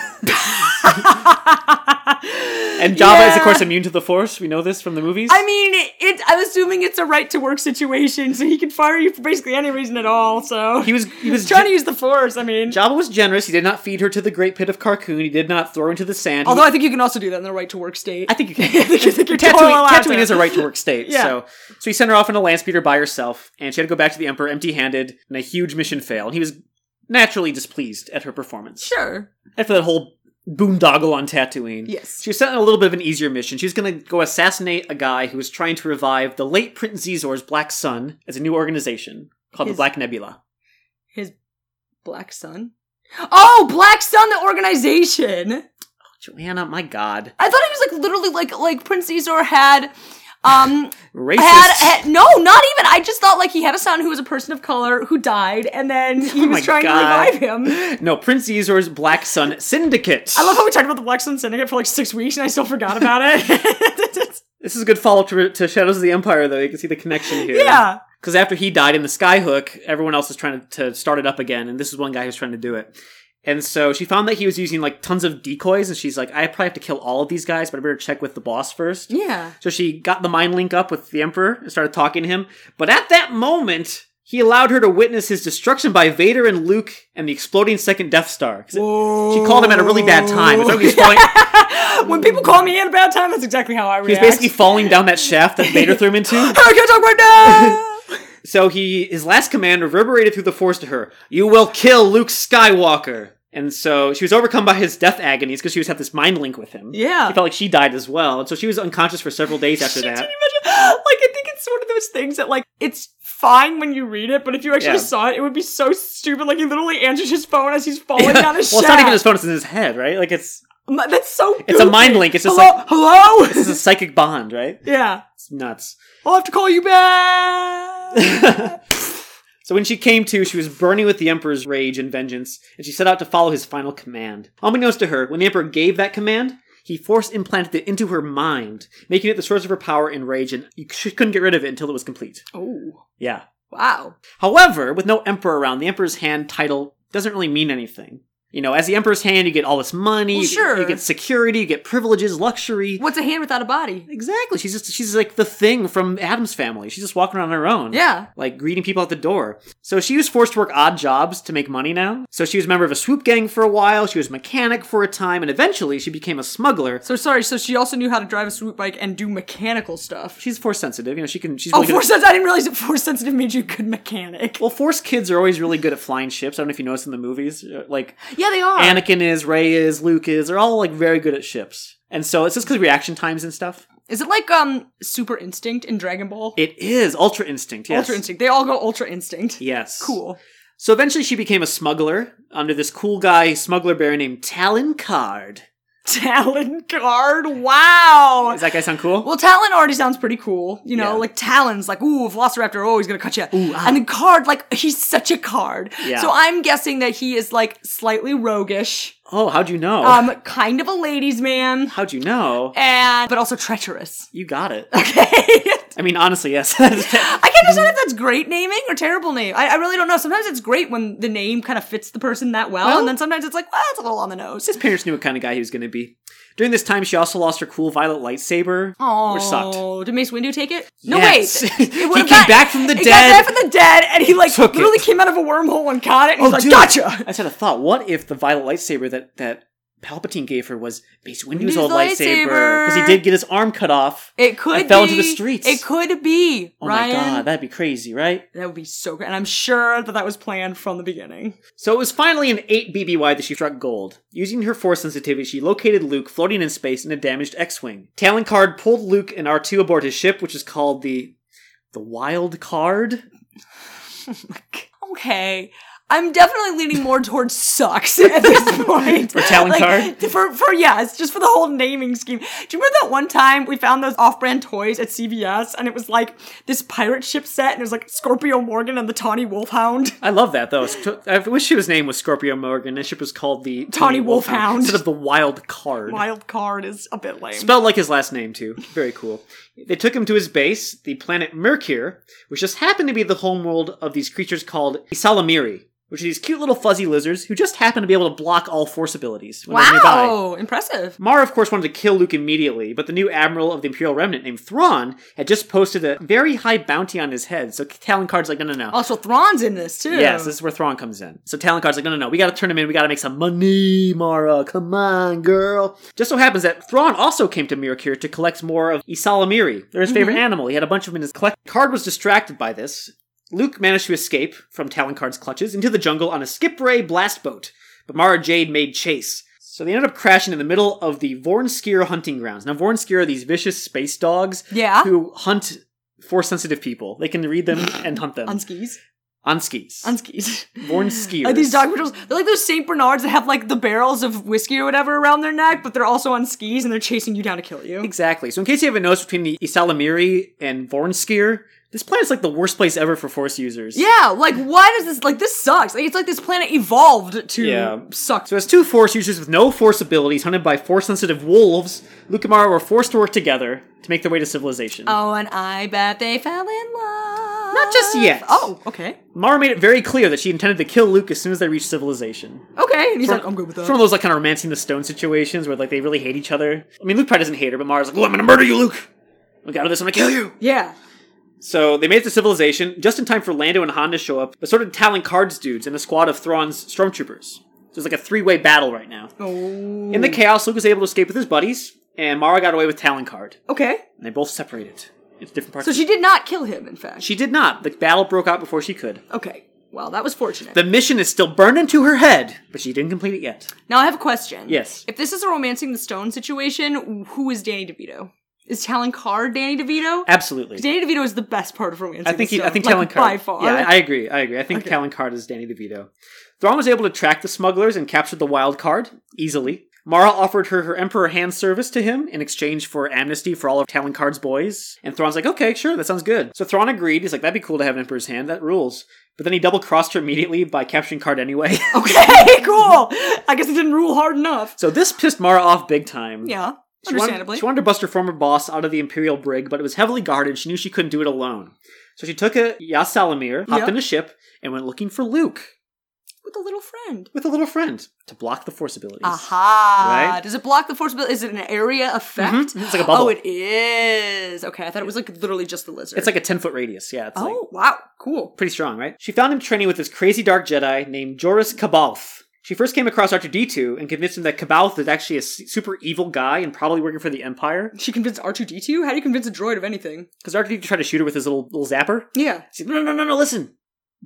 Speaker 4: and Jabba is, of
Speaker 3: Yeah.
Speaker 4: course, immune to the force. We know this from the movies.
Speaker 3: I mean, it. I'm assuming it's a right to work situation, so he can fire you for basically any reason at all. So
Speaker 4: he was he was
Speaker 3: trying to use the force. I mean,
Speaker 4: Jabba was generous. He did not feed her to the great pit of Carcoon. He did not throw her into the sand. He-
Speaker 3: although I think you can also do that in the right to work state.
Speaker 4: I think you can.
Speaker 3: you think you're totally
Speaker 4: Tatooine,
Speaker 3: allowed
Speaker 4: Tatooine
Speaker 3: to.
Speaker 4: is a right to work state.
Speaker 3: Yeah.
Speaker 4: So so he sent her off on a land speeder by herself, and she had to go back to the Emperor empty handed, and a huge mission fail. And he was naturally displeased at her performance.
Speaker 3: sure.
Speaker 4: After that whole boondoggle on Tatooine.
Speaker 3: Yes.
Speaker 4: She was sent on a little bit of an easier mission. She was going to go assassinate a guy who was trying to revive the late Prince Zizor's Black Sun as a new organization called
Speaker 3: His-
Speaker 4: the Black Nebula.
Speaker 3: Black Sun. Oh, Black Sun, the organization.
Speaker 4: Joanna, my God.
Speaker 2: I thought he was like literally like like Prince Azor had um
Speaker 4: Racist.
Speaker 2: had, had no not even I just thought like he had a son who was a person of color who died and then he
Speaker 3: Oh
Speaker 2: was
Speaker 4: my
Speaker 2: trying
Speaker 4: God.
Speaker 2: to revive him.
Speaker 4: No, Prince Azor's Black Sun Syndicate.
Speaker 3: I love how we talked about the Black Sun Syndicate for like six weeks, and I still forgot about it.
Speaker 4: this is a good follow up to, to Shadows of the Empire, though. You can see the connection here.
Speaker 3: yeah.
Speaker 4: Because after he died in the Skyhook, everyone else is trying to, to start it up again, and this is one guy who's trying to do it. And so she found that he was using like tons of decoys, and she's like, I probably have to kill all of these guys, but I better check with the boss first.
Speaker 3: Yeah.
Speaker 4: So she got the mind link up with the Emperor and started talking to him. But at that moment, he allowed her to witness his destruction by Vader and Luke and the exploding second Death Star. 'Cause it- She called him at a really bad time. It's like he's falling,
Speaker 3: When people call me in a bad time, that's exactly how I react.
Speaker 4: he's basically falling down that shaft that Vader threw him into.
Speaker 3: I can't talk right now.
Speaker 4: So he his last command reverberated through the force to her. You will kill Luke Skywalker. And so she was overcome by his death agonies because she was had this mind link with him.
Speaker 3: Yeah.
Speaker 4: He felt like she died as well. And so she was unconscious for several days after
Speaker 3: Can
Speaker 4: that.
Speaker 3: you imagine? Like, I think it's one of those things that, like, it's fine when you read it, but if you actually
Speaker 4: Yeah.
Speaker 3: saw it, it would be so stupid. Like, he literally answers his phone as he's falling down
Speaker 4: well,
Speaker 3: his
Speaker 4: it's not even his
Speaker 3: shaft.
Speaker 4: phone, it's in his head, right? Like it's
Speaker 3: M- That's so goofy.
Speaker 4: it's a mind link. It's just
Speaker 3: Hello?
Speaker 4: like this is
Speaker 3: Hello?
Speaker 4: a psychic bond, right?
Speaker 3: yeah.
Speaker 4: It's nuts.
Speaker 3: I'll have to call you back.
Speaker 4: So when she came to, she was burning with the Emperor's rage and vengeance, and she set out to follow his final command. Unbeknownst to her, when the Emperor gave that command, he force implanted it into her mind, making it the source of her power and rage, and you- she couldn't get rid of it until it was complete.
Speaker 3: oh,
Speaker 4: Yeah.
Speaker 3: wow.
Speaker 4: However, with no Emperor around, the Emperor's hand title doesn't really mean anything. You know, as the Emperor's hand, you get all this money,
Speaker 2: Well,
Speaker 4: you get-
Speaker 2: sure.
Speaker 4: you get security, you get privileges, luxury.
Speaker 2: What's a hand without a body?
Speaker 4: Exactly. She's just she's like the thing from Adam's family. She's just walking around on her own.
Speaker 2: Yeah.
Speaker 4: Like greeting people at the door. So she was forced to work odd jobs to make money now. So she was a member of a swoop gang for a while, she was a mechanic for a time, and eventually she became a smuggler.
Speaker 3: So sorry. So she also knew how to drive a swoop bike and do mechanical stuff.
Speaker 4: She's force sensitive, you know, she can she's
Speaker 3: Oh,
Speaker 4: really good
Speaker 3: force
Speaker 4: at-
Speaker 3: sensitive. I didn't realize that force sensitive made you a good mechanic.
Speaker 4: well, Force kids are always really good at flying ships. I don't know if you noticed in the movies. Uh, Like
Speaker 2: Yeah, they are.
Speaker 4: Anakin is, Rey is, Luke is, they're all like very good at ships. And so it's just because reaction times and stuff.
Speaker 3: Is it like um Super Instinct in Dragon Ball?
Speaker 4: It is Ultra Instinct, yes.
Speaker 3: Ultra Instinct. They all go Ultra Instinct.
Speaker 4: Yes.
Speaker 3: Cool.
Speaker 4: So eventually she became a smuggler under this cool guy smuggler bear named Talon Card.
Speaker 3: Talon card. Wow.
Speaker 4: Does that guy sound cool?
Speaker 3: Well, Talon already sounds pretty cool. You know,
Speaker 4: Yeah. ah.
Speaker 3: like Talon's like, ooh, Velociraptor, oh, he's gonna cut you. And the card, like, he's such a card.
Speaker 4: Yeah.
Speaker 3: So I'm guessing that he is like slightly roguish,
Speaker 4: oh, how'd you know?
Speaker 3: um, kind of a ladies' man,
Speaker 4: how'd you know?
Speaker 3: Eh. and but also treacherous.
Speaker 4: You got it.
Speaker 3: Okay.
Speaker 4: I mean, honestly, yes.
Speaker 3: I can't decide if that's great naming or terrible name. I, I really don't know. Sometimes it's great when the name kind of fits the person that well,
Speaker 4: Well-
Speaker 3: and then sometimes it's like, well, it's a little on the nose.
Speaker 4: His parents knew what kind of guy he was going to be. During this time, she also lost her cool violet lightsaber,
Speaker 3: Oh,
Speaker 4: which sucked.
Speaker 3: did Mace Windu take it? No,
Speaker 4: Yes.
Speaker 3: wait.
Speaker 4: He
Speaker 3: would've
Speaker 4: came back from the
Speaker 3: he
Speaker 4: dead.
Speaker 3: Got back from the dead, and he like
Speaker 4: Took
Speaker 3: literally
Speaker 4: it. Oh,
Speaker 3: came out of a wormhole and caught it. And he's
Speaker 4: dude,
Speaker 3: like, "Gotcha!"
Speaker 4: I just had a thought. What if the violet lightsaber that that Palpatine gave her was Mace Windu's
Speaker 3: Windu's
Speaker 4: old lightsaber?
Speaker 3: lightsaber.
Speaker 4: Because he did get his arm cut off.
Speaker 3: It could
Speaker 4: fell into the
Speaker 3: be-
Speaker 4: streets.
Speaker 3: It could be
Speaker 4: oh
Speaker 3: Ryan.
Speaker 4: my god, that'd be crazy, right?
Speaker 3: That would be so great, and I'm sure that that was planned from the beginning.
Speaker 4: So it was finally an 8 BBY that she struck gold. Using her force sensitivity, she located Luke floating in space in a damaged X-Wing. Talon Card pulled Luke and R2 aboard his ship, which is called the the Wild Card.
Speaker 3: Okay. I'm definitely leaning more towards sucks at this point.
Speaker 4: For talent
Speaker 3: Like, For, for, yeah, it's just for the whole naming scheme. Do you remember that one time we found those off-brand toys at CVS and it was like this pirate ship set and it was like Scorpio Morgan and the Tawny Wolfhound?
Speaker 4: I love that though. I wish his name was Scorpio Morgan. His ship was called the
Speaker 3: Tawny Wolfhound.
Speaker 4: instead of the Wild Card.
Speaker 3: Wild card is a bit lame.
Speaker 4: Spelled like his last name too. Very cool. They took him to his base, the planet Mercure, which just happened to be the homeworld of these creatures called Isalamiri, which are these cute little fuzzy lizards who just happen to be able to block all force abilities when they're nearby.
Speaker 3: wow, impressive.
Speaker 4: Mara, of course, wanted to kill Luke immediately, but the new admiral of the Imperial Remnant named Thrawn had just posted a very high bounty on his head. So Talon Card's like, no, no, no.
Speaker 3: Also, Thrawn's in this too.
Speaker 4: Yes, this is where Thrawn comes in. So Talon Card's like, no, no, no, we gotta turn him in. We gotta make some money, Mara. Come on, girl. Just so happens that Thrawn also came to Mirakir to collect more of Isalamiri. They're his favorite
Speaker 3: Mm-hmm.
Speaker 4: animal. He had a bunch of them in his collection. Card was distracted by this. Luke managed to escape from Talon Card's clutches into the jungle on a skip ray blast boat, but Mara Jade made chase. So they ended up crashing in the middle of the Vornskir hunting grounds. Now, Vornskir are these vicious space dogs
Speaker 3: Yeah.
Speaker 4: who hunt force sensitive people. They can read them and hunt them.
Speaker 3: on skis.
Speaker 4: on skis.
Speaker 3: On skis.
Speaker 4: Born skiers.
Speaker 3: Are these dog patrols? They're like those Saint Bernards that have like the barrels of whiskey or whatever around their neck, but they're also on skis and they're chasing you down to kill you.
Speaker 4: Exactly. So in case you haven't noticed between the Isalamiri and Vornskier, this planet's like the worst place ever for force users.
Speaker 3: Yeah, like why does this like this sucks? Like it's like this planet evolved to
Speaker 4: Yeah.
Speaker 3: suck.
Speaker 4: So as two force users with no force abilities hunted by force sensitive wolves, Luke and Mara were forced to work together to make their way to civilization.
Speaker 3: oh, and I bet they fell in love.
Speaker 4: Not just yet.
Speaker 3: Oh, okay,
Speaker 4: Mara made it very clear that she intended to kill Luke as soon as they reached civilization.
Speaker 3: okay. And he's like, I'm good with
Speaker 4: It's
Speaker 3: that.
Speaker 4: one of those like kind of romancing the stone situations where like they really hate each other. I mean Luke probably doesn't hate her, but Mara's like, Oh, I'm gonna murder you, Luke! Look out of this, I'm gonna kill you!
Speaker 3: yeah.
Speaker 4: So they made it to civilization just in time for Lando and Han to show up, but so did Talon Card's dudes and a squad of Thrawn's stormtroopers. So it's like a three-way battle right now.
Speaker 3: Oh.
Speaker 4: In the chaos, Luke was able to escape with his buddies, and Mara got away with Talon Card,
Speaker 3: Okay.
Speaker 4: and they both separated into different parts.
Speaker 3: So she did not kill him. In fact.
Speaker 4: she did not. The battle broke out before she could.
Speaker 3: okay. Well, that was fortunate.
Speaker 4: The mission is still burned into her head, but she didn't complete it yet.
Speaker 3: now I have a question.
Speaker 4: Yes.
Speaker 3: If this is a romancing the stone situation, who is Danny DeVito? Is Talon Carr Danny DeVito?
Speaker 4: Absolutely.
Speaker 3: Danny DeVito is the best part of romancing
Speaker 4: I think
Speaker 3: the
Speaker 4: he,
Speaker 3: stone.
Speaker 4: I think
Speaker 3: like,
Speaker 4: Talon Card.
Speaker 3: by far.
Speaker 4: Yeah, I agree. I agree. I think Talon Card is Danny DeVito. Thrawn was able to track the smugglers and captured the wild card easily. Mara offered her her Emperor hand service to him in exchange for amnesty for all of Talon Card's boys. And Thrawn's like, okay, sure, that sounds good. So Thrawn agreed. He's like, that'd be cool to have an Emperor's hand. That rules. But then he double crossed her immediately by capturing Card anyway.
Speaker 3: Oh. Okay, cool. I guess it didn't rule hard enough.
Speaker 4: so this pissed Mara off big time.
Speaker 3: Yeah,
Speaker 4: She wanted-
Speaker 3: understandably.
Speaker 4: She wanted, to bust her former boss out of the Imperial brig, but it was heavily guarded. She knew she couldn't do it alone. So she took a Yasalamir, hopped
Speaker 3: Yeah.
Speaker 4: in a ship, and went looking for Luke
Speaker 3: With a little friend.
Speaker 4: with a little friend to block the force abilities.
Speaker 3: Ah. Aha.
Speaker 4: Right?
Speaker 3: Does it block the force? But is it an area effect?
Speaker 4: Mhm. It's like a bubble.
Speaker 3: Oh, it is. Okay, I thought it was like literally just the lizard.
Speaker 4: It's like a 10 foot radius. Yeah, it's like
Speaker 3: oh wow, cool.
Speaker 4: pretty strong, right? She found him training with this crazy dark Jedi named Joris Kabalth. She first came across Dr. D2 and convinced him that Kabalth is actually a s- super evil guy and probably working for the Empire.
Speaker 3: She convinced R two D two. How do you convince a droid of anything?
Speaker 4: Because Dr. D2 tried to shoot her with his little, little zapper.
Speaker 3: Yeah.
Speaker 4: She's like, no, no, no, no, listen.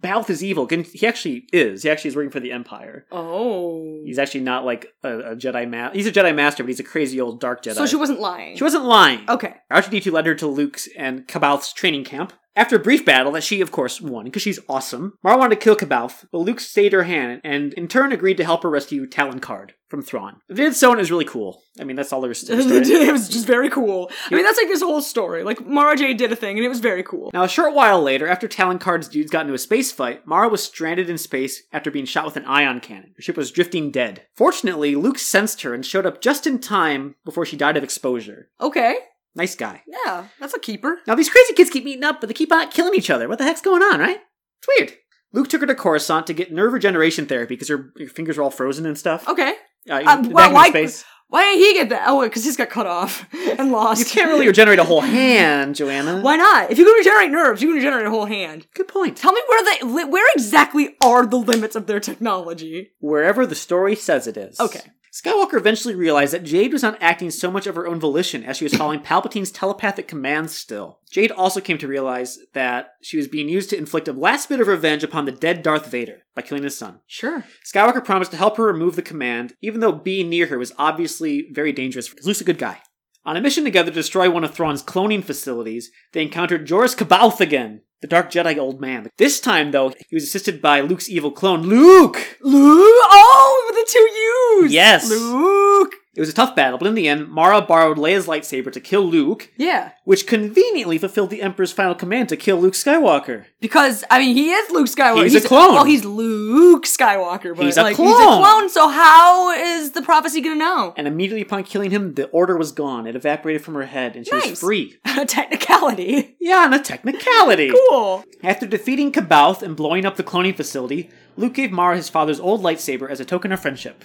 Speaker 4: Balth is evil. Can- He actually is. He actually is working for the Empire.
Speaker 3: Oh.
Speaker 4: He's actually not like a, a Jedi master. He's a Jedi master, but he's a crazy old dark Jedi.
Speaker 3: So she wasn't lying.
Speaker 4: She wasn't lying.
Speaker 3: Okay.
Speaker 4: R2D2 led her to Luke's and Kabalth's training camp. After a brief battle that she, of course, won because she's awesome, Mara wanted to kill Kabalth, but Luke stayed her hand and in turn agreed to help her rescue Talon Card from Thrawn. They did so and it was really cool. I mean, that's all there is to it.
Speaker 3: it was just very cool. I mean, that's like this whole story. Like Mara Jade did a thing, and it was very cool.
Speaker 4: Now, a short while later, after Talon Card's dudes got into a space fight, Mara was stranded in space after being shot with an ion cannon. Her ship was drifting dead. Fortunately, Luke sensed her and showed up just in time before she died of exposure.
Speaker 3: Okay.
Speaker 4: Nice guy.
Speaker 3: Yeah, that's a keeper.
Speaker 4: Now these crazy kids keep meeting up, but they keep on killing each other. What the heck's going on, right? It's weird. Luke took her to Coruscant to get nerve regeneration therapy because her, her fingers were all frozen and stuff.
Speaker 3: Okay.
Speaker 4: Uh,
Speaker 3: Um,
Speaker 4: back
Speaker 3: well,
Speaker 4: in
Speaker 3: why-
Speaker 4: space.
Speaker 3: Why didn't he get that? Oh, because his got cut off and lost.
Speaker 4: You can't really regenerate a whole hand, Joanna.
Speaker 3: Why not? If you can regenerate nerves, you can regenerate a whole hand.
Speaker 4: Good point.
Speaker 3: Tell me where they, li- where exactly are the limits of their technology?
Speaker 4: Wherever the story says it is.
Speaker 3: Okay.
Speaker 4: Skywalker eventually realized that Jade was not acting so much of her own volition as she was following Palpatine's telepathic commands still. Jade also came to realize that she was being used to inflict a last bit of revenge upon the dead Darth Vader by killing his son.
Speaker 3: Sure.
Speaker 4: Skywalker promised to help her remove the command, even though being near her was obviously very dangerous because Luke's a good guy. On a mission together to destroy one of Thrawn's cloning facilities, they encountered Joris Kabouth again, the Dark Jedi old man. This time, though, he was assisted by Luke's evil clone, Luke!
Speaker 3: Luke. Oh, with the two U's.
Speaker 4: Yes.
Speaker 3: Luke.
Speaker 4: It was a tough battle, but in the end, Mara borrowed Leia's lightsaber to kill Luke,
Speaker 3: Yeah.
Speaker 4: which conveniently fulfilled the Emperor's final command to kill Luke Skywalker.
Speaker 3: Because I mean, he is Luke Skywalker.
Speaker 4: He's a clone.
Speaker 3: Well, he's Luke Skywalker, but
Speaker 4: He's a
Speaker 3: like he's a
Speaker 4: clone.
Speaker 3: clone. So how is the prophecy gonna know?
Speaker 4: And immediately upon killing him, the order was gone. It evaporated from her head, and she
Speaker 3: Nice.
Speaker 4: was free.
Speaker 3: Technicality.
Speaker 4: Yeah, on a technicality.
Speaker 3: Cool.
Speaker 4: After defeating Kabouth and blowing up the cloning facility, Luke gave Mara his father's old lightsaber as a token of friendship.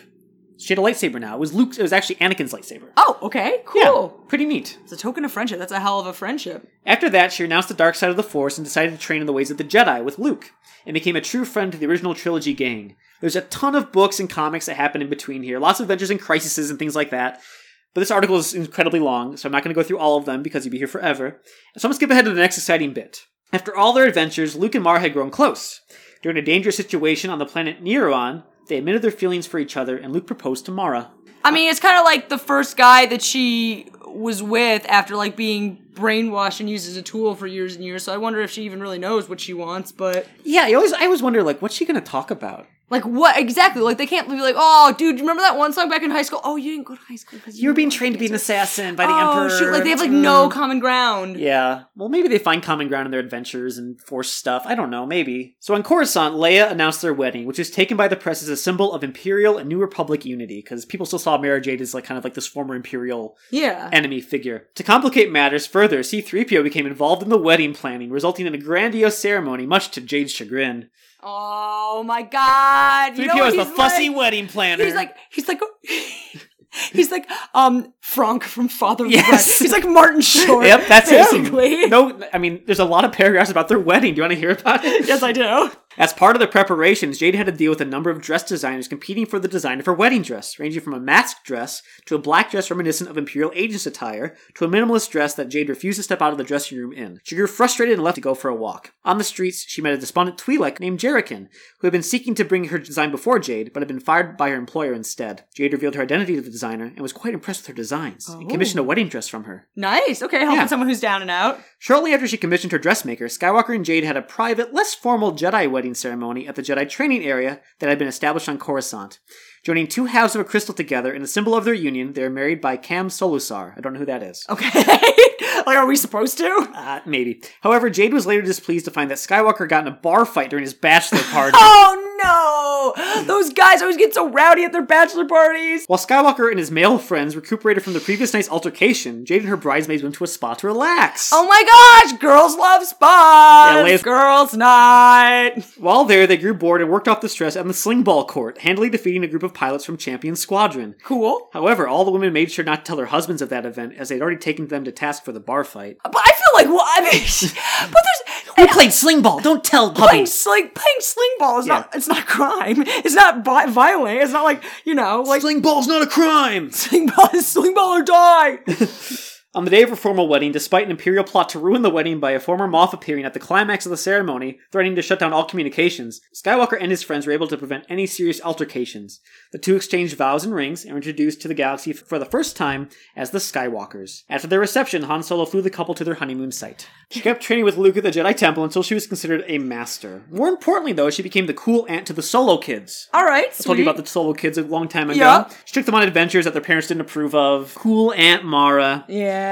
Speaker 4: She had a lightsaber now. It was Luke's. It was actually Anakin's lightsaber.
Speaker 3: Oh, okay. Cool.
Speaker 4: Yeah, pretty neat.
Speaker 3: It's a token of friendship. That's a hell of a friendship.
Speaker 4: After that, she renounced the dark side of the Force and decided to train in the ways of the Jedi with Luke, and became a true friend to the original trilogy gang. There's a ton of books and comics that happen in between here, lots of adventures and crises and things like that. But this article is incredibly long, so I'm not going to go through all of them because you'd be here forever. So I'm going to skip ahead to the next exciting bit. After all their adventures, Luke and Mara had grown close. During a dangerous situation on the planet Neron, they admitted their feelings for each other, and Luke proposed to Mara.
Speaker 2: I mean, it's kind of like the first guy that she was with after like being brainwashed and used as a tool for years and years. So I wonder if she even really knows what she wants. But
Speaker 4: Yeah, I always, I always wonder, like, what's she going to talk about?
Speaker 2: like, what exactly? Like, they can't be like, "Oh, dude, you remember that one song back in high school? Oh, you didn't go to high school because
Speaker 4: You were being trained to be an assassin by the
Speaker 2: Oh
Speaker 4: Emperor.
Speaker 2: shoot! Like they have like no common ground.
Speaker 4: Yeah. Well, maybe they find common ground in their adventures and force stuff. I don't know, maybe. So on Coruscant, Leia announced their wedding, which is taken by the press as a symbol of Imperial and New Republic unity, because people still saw Mara Jade as like kind of like this former Imperial
Speaker 3: Yeah.
Speaker 4: enemy figure. To complicate matters further, C-3PO became involved in the wedding planning, resulting in a grandiose ceremony, much to Jade's chagrin.
Speaker 3: Oh my god. You know
Speaker 4: 3PO
Speaker 3: what
Speaker 4: is the
Speaker 3: he's
Speaker 4: fussy
Speaker 3: like?
Speaker 4: wedding planner.
Speaker 3: He's like he's like he's like um Frank from Father of the
Speaker 4: Yes.
Speaker 3: Bride. He's like Martin Short.
Speaker 4: Yep, that's
Speaker 3: basically.
Speaker 4: him. No, I mean, there's a lot of paragraphs about their wedding. Do you want to hear about it?
Speaker 3: Yes, I do.
Speaker 4: As part of the preparations, Jade had to deal with a number of dress designers competing for the design of her wedding dress, ranging from a masked dress to a black dress reminiscent of Imperial agents attire to a minimalist dress that Jade refused to step out of the dressing room in. She grew frustrated and left to go for a walk. On the streets, she met a despondent Twi'lek named Jerrican, who had been seeking to bring her design before Jade, but had been fired by her employer instead. Jade revealed her identity to the designer and was quite impressed with her designs, and commissioned a wedding dress from her.
Speaker 3: Nice. Okay, helping
Speaker 4: Yeah.
Speaker 3: someone who's down and out.
Speaker 4: Shortly after she commissioned her dressmaker, Skywalker and Jade had a private, less formal Jedi wedding ceremony at the Jedi training area that had been established on Coruscant. Joining two halves of a crystal together in a symbol of their union, they are married by Cam Solusar. I don't know who that is.
Speaker 3: Okay. like are we supposed to?
Speaker 4: Uh, maybe. However, Jade was later displeased to find that Skywalker got in a bar fight during his bachelor party.
Speaker 3: Oh no. Those guys always get so rowdy at their bachelor parties.
Speaker 4: While Skywalker and his male friends recuperated from the previous night's altercation, Jade and her bridesmaids went to a spa to relax.
Speaker 3: Oh my gosh, girls love spas.
Speaker 4: Yeah, Leia's-
Speaker 3: girls night.
Speaker 4: While there, they grew bored and worked off the stress on the slingball court, handily defeating a group of pilots from Champion Squadron.
Speaker 3: Cool.
Speaker 4: However, all the women made sure not to tell their husbands of that event, as they'd already taken them to task for the bar fight.
Speaker 3: But I feel like well, I mean, but there's we
Speaker 4: played slingball. Don't tell
Speaker 3: playing sling playing sling ball is not it's not crime. It's not bi- violent. It's not like you know like
Speaker 4: Slingball's not a crime.
Speaker 3: sling ball is sling ball or die.
Speaker 4: On the day of her formal wedding, despite an imperial plot to ruin the wedding by a former moth appearing at the climax of the ceremony, threatening to shut down all communications, Skywalker and his friends were able to prevent any serious altercations. The two exchanged vows and rings and were introduced to the galaxy f- for the first time as the Skywalkers. After their reception, Han Solo flew the couple to their honeymoon site. She kept training with Luke at the Jedi Temple until she was considered a master. More importantly, though, she became the cool aunt to the Solo kids.
Speaker 3: All right,
Speaker 4: I told
Speaker 3: sweet.
Speaker 4: you about the solo kids a long time ago.
Speaker 3: Yeah.
Speaker 4: She took them on adventures that their parents didn't approve of. Cool Aunt Mara.
Speaker 3: yeah.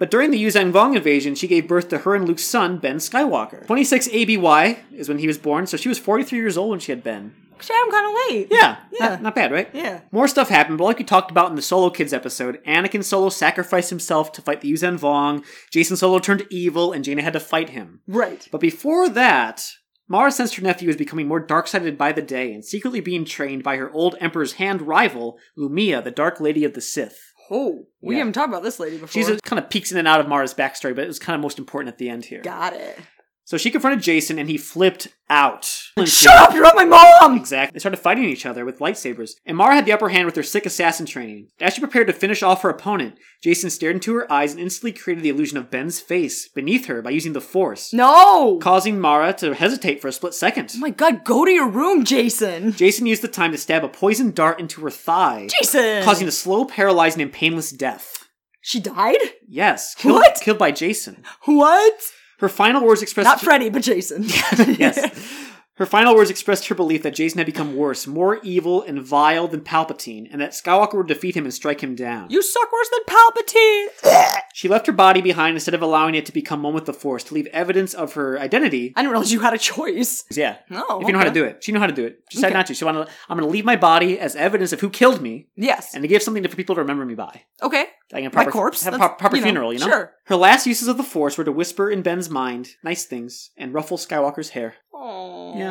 Speaker 4: But during the Yuzhang Vong invasion, she gave birth to her and Luke's son, Ben Skywalker. 26 ABY is when he was born, so she was 43 years old when she had Ben.
Speaker 3: Actually, I'm kind of late.
Speaker 4: Yeah, Not, not bad, right?
Speaker 3: Yeah.
Speaker 4: More stuff happened, but like we talked about in the Solo Kids episode, Anakin Solo sacrificed himself to fight the Yuzhang Vong, Jason Solo turned evil, and Jaina had to fight him.
Speaker 3: Right.
Speaker 4: But before that, Mara sensed her nephew is becoming more dark-sided by the day and secretly being trained by her old Emperor's hand rival, Lumia, the Dark Lady of the Sith.
Speaker 3: Oh, we
Speaker 4: Yeah.
Speaker 3: haven't talked about this lady before.
Speaker 4: She's kind of peeks in and out of Mara's backstory, but it was kind of most important at the end here.
Speaker 3: got it.
Speaker 4: So she confronted Jason and he flipped out.
Speaker 3: Shut up! You're not my mom.
Speaker 4: Exactly. They started fighting each other with lightsabers, and Mara had the upper hand with her sick assassin training. As she prepared to finish off her opponent, Jason stared into her eyes and instantly created the illusion of Ben's face beneath her by using the force,
Speaker 3: No.
Speaker 4: causing Mara to hesitate for a split second.
Speaker 3: Oh my God, go to your room, Jason.
Speaker 4: Jason used the time to stab a poisoned dart into her thigh,
Speaker 3: Jason.
Speaker 4: causing a slow, paralyzing, and painless death.
Speaker 3: She died.
Speaker 4: Yes, killed,
Speaker 3: What?
Speaker 4: killed by Jason.
Speaker 3: What?
Speaker 4: Her final words expressed
Speaker 3: Not Freddy, but Jason.
Speaker 4: yes. Her final words expressed her belief that Jason had become worse, more evil and vile than Palpatine, and that Skywalker would defeat him and strike him down.
Speaker 3: You suck worse than Palpatine.
Speaker 4: she left her body behind instead of allowing it to become one with the Force, to leave evidence of her identity.
Speaker 3: I didn't realize you had a choice.
Speaker 4: Yeah.
Speaker 3: Oh,
Speaker 4: If you know how to
Speaker 3: okay.
Speaker 4: do it. She knew how to do it. She decided not to. She wanted, I'm going to leave my body as evidence of who killed me
Speaker 3: Yes.
Speaker 4: and to give something to people to remember me by.
Speaker 3: Okay.
Speaker 4: Like a proper,
Speaker 3: corpse?
Speaker 4: Have a
Speaker 3: That's-
Speaker 4: pro- proper
Speaker 3: you know,
Speaker 4: funeral, you know?
Speaker 3: sure.
Speaker 4: Her last uses of the Force were to whisper in Ben's mind nice things and ruffle Skywalker's hair. Yeah.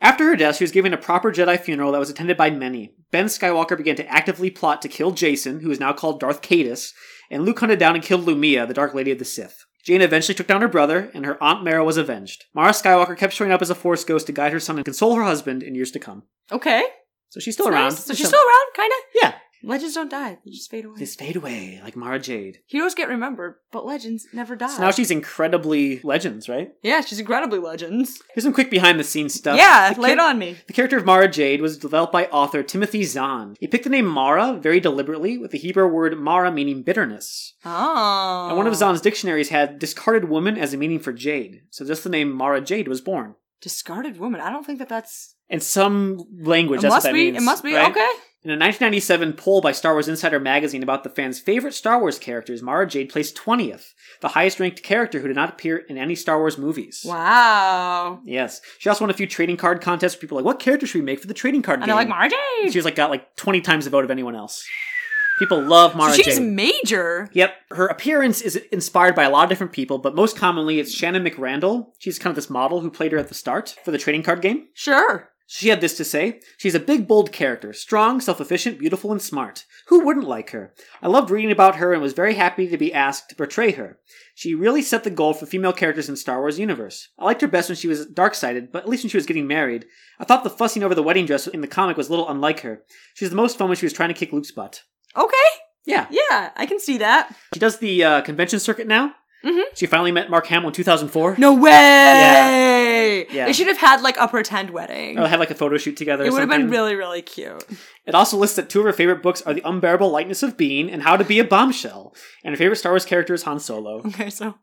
Speaker 4: After her death, she was given a proper Jedi funeral that was attended by many. Ben Skywalker began to actively plot to kill Jason, who is now called Darth Cadus, and Luke hunted down and killed Lumia, the Dark Lady of the Sith. Jane eventually took down her brother, and her Aunt Mara was avenged. Mara Skywalker kept showing up as a Force ghost to guide her son and console her husband in years to come.
Speaker 3: Okay.
Speaker 4: So she's still around.
Speaker 3: So she's still around, kind of.
Speaker 4: Yeah.
Speaker 3: Legends don't die; they just fade away.
Speaker 4: Just fade away, like Mara Jade.
Speaker 3: Heroes get remembered, but legends never die.
Speaker 4: So now she's incredibly legends, right?
Speaker 3: yeah, she's incredibly legends.
Speaker 4: Here's some quick behind the scenes stuff.
Speaker 3: yeah,
Speaker 4: The
Speaker 3: lay it
Speaker 4: kid-
Speaker 3: on me.
Speaker 4: The character of Mara Jade was developed by author Timothy Zahn. He picked the name Mara very deliberately, with the Hebrew word Mara meaning bitterness.
Speaker 3: Oh.
Speaker 4: And one of Zahn's dictionaries had discarded woman as a meaning for Jade, so just the name Mara Jade was born.
Speaker 3: discarded woman. I don't think that that's.
Speaker 4: In some language,
Speaker 3: It
Speaker 4: that's
Speaker 3: must
Speaker 4: what that
Speaker 3: be.
Speaker 4: means.
Speaker 3: it must be.
Speaker 4: right?
Speaker 3: Okay.
Speaker 4: In a 1997 poll by Star Wars Insider magazine about the fans' favorite Star Wars characters, Mara Jade placed 20th, the highest ranked character who did not appear in any Star Wars movies.
Speaker 3: Wow.
Speaker 4: Yes. She also won a few trading card contests where people were like, what character should we make for the trading card
Speaker 3: And
Speaker 4: game?
Speaker 3: I like Mara
Speaker 4: She
Speaker 3: Jade.
Speaker 4: was like got like twenty times the vote of anyone else. People love Mara
Speaker 3: She's
Speaker 4: Jade.
Speaker 3: major.
Speaker 4: Yep, her appearance is inspired by a lot of different people, but most commonly it's Shannon McRandall. She's kind of this model who played her at the start for the trading card game.
Speaker 3: Sure.
Speaker 4: She had this to say She's a big, bold character, strong, self efficient, beautiful, and smart. Who wouldn't like her? I loved reading about her and was very happy to be asked to portray her. She really set the goal for female characters in Star Wars universe. I liked her best when she was dark sided, but at least when she was getting married. I thought the fussing over the wedding dress in the comic was a little unlike her. She was the most fun when she was trying to kick Luke's butt.
Speaker 3: Okay.
Speaker 4: Yeah.
Speaker 3: Yeah, I can see that.
Speaker 4: She does the uh, convention circuit now. Mm-hmm. She finally met Mark Hamill in 2004.
Speaker 3: No way.
Speaker 4: Yeah.
Speaker 3: They should have had like a pretend wedding.
Speaker 4: Or had like a photo shoot together.
Speaker 3: it
Speaker 4: or
Speaker 3: would have been
Speaker 4: something.
Speaker 3: really, really cute.
Speaker 4: It also lists that two of her favorite books are The Unbearable Lightness of Being and How to Be a Bombshell. And her favorite Star Wars character is Han Solo.
Speaker 3: Okay, so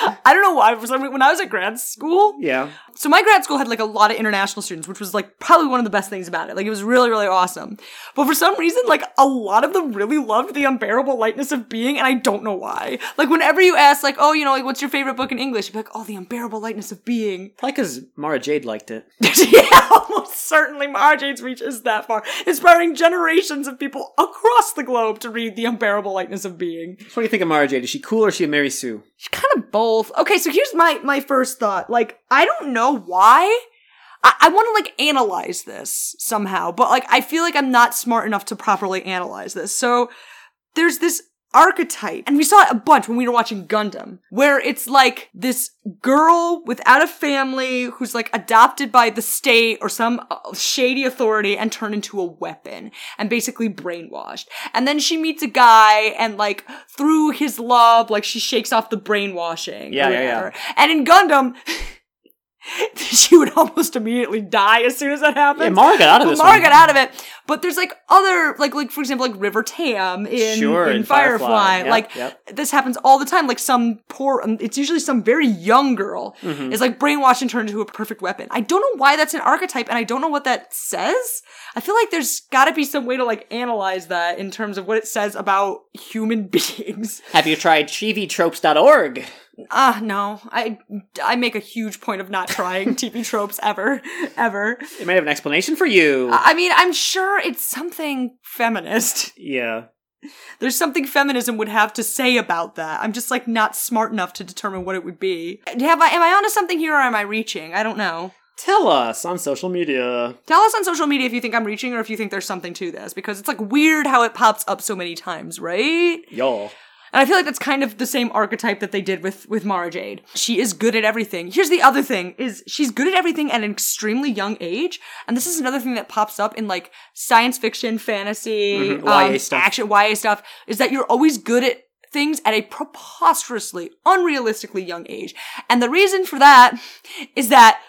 Speaker 3: I don't know why. For some reason, when I was at grad school,
Speaker 4: Yeah.
Speaker 3: so my grad school had like a lot of international students, which was like probably one of the best things about it. Like it was really, really awesome. But for some reason, like a lot of them really loved the unbearable lightness of being, and I don't know why. Like whenever you ask, like, oh, you know, like what's your favorite book in English? You'd be like, oh, the unbearable lightness of being.
Speaker 4: Probably because Mara Jade liked it.
Speaker 3: yeah, almost certainly Marjorie's reach is that far, inspiring generations of people across the globe to read the unbearable lightness of being.
Speaker 4: So what do you think of Mara Jade? Is she cool or is she a Mary Sue?
Speaker 3: kind of both. Okay, so here's my my first thought. Like, I don't know why. I, I want to like analyze this somehow, but like I feel like I'm not smart enough to properly analyze this. So there's this archetype, and we saw it a bunch when we were watching Gundam, where it's like this girl without a family who's like adopted by the state or some uh, shady authority and turned into a weapon and basically brainwashed. And then she meets a guy and like through his love, like she shakes off the brainwashing. or
Speaker 4: Yeah, yeah, yeah.
Speaker 3: whatever. And in Gundam, she would almost immediately die as soon as that happened.
Speaker 4: Yeah, Mara got out of
Speaker 3: But
Speaker 4: this
Speaker 3: Mara
Speaker 4: one.
Speaker 3: got out of it. But there's like other like like for example like River Tam in,
Speaker 4: Sure,
Speaker 3: in
Speaker 4: in
Speaker 3: Firefly.
Speaker 4: Firefly. Yep,
Speaker 3: like
Speaker 4: yep.
Speaker 3: this happens all the time. Like some poor um, it's usually some very young girl
Speaker 4: Mm-hmm.
Speaker 3: is like brainwashed and turned into a perfect weapon. I don't know why that's an archetype and I don't know what that says. I feel like there's gotta be some way to like analyze that in terms of what it says about human beings.
Speaker 4: Have you tried TVTropes.org?
Speaker 3: Ah, no. I I make a huge point of not trying TV tropes ever. Ever.
Speaker 4: It Uh, might have an explanation for you.
Speaker 3: I mean, I'm sure it's something feminist.
Speaker 4: yeah.
Speaker 3: There's something feminism would have to say about that. I'm just like not smart enough to determine what it would be. Have I am I onto something here or am I reaching? I don't know.
Speaker 4: Tell us on social media.
Speaker 3: Tell us on social media if you think I'm reaching or if you think there's something to this because it's like weird how it pops up so many times, right?
Speaker 4: Y'all.
Speaker 3: And I feel like that's kind of the same archetype that they did with with Mara Jade. She is good at everything. Here's the other thing is she's good at everything at an extremely young age. And this is another thing that pops up in like science fiction, fantasy,
Speaker 4: YA
Speaker 3: um,
Speaker 4: stuff.
Speaker 3: action, YA stuff is that you're always good at things at a preposterously, unrealistically young age. And the reason for that is that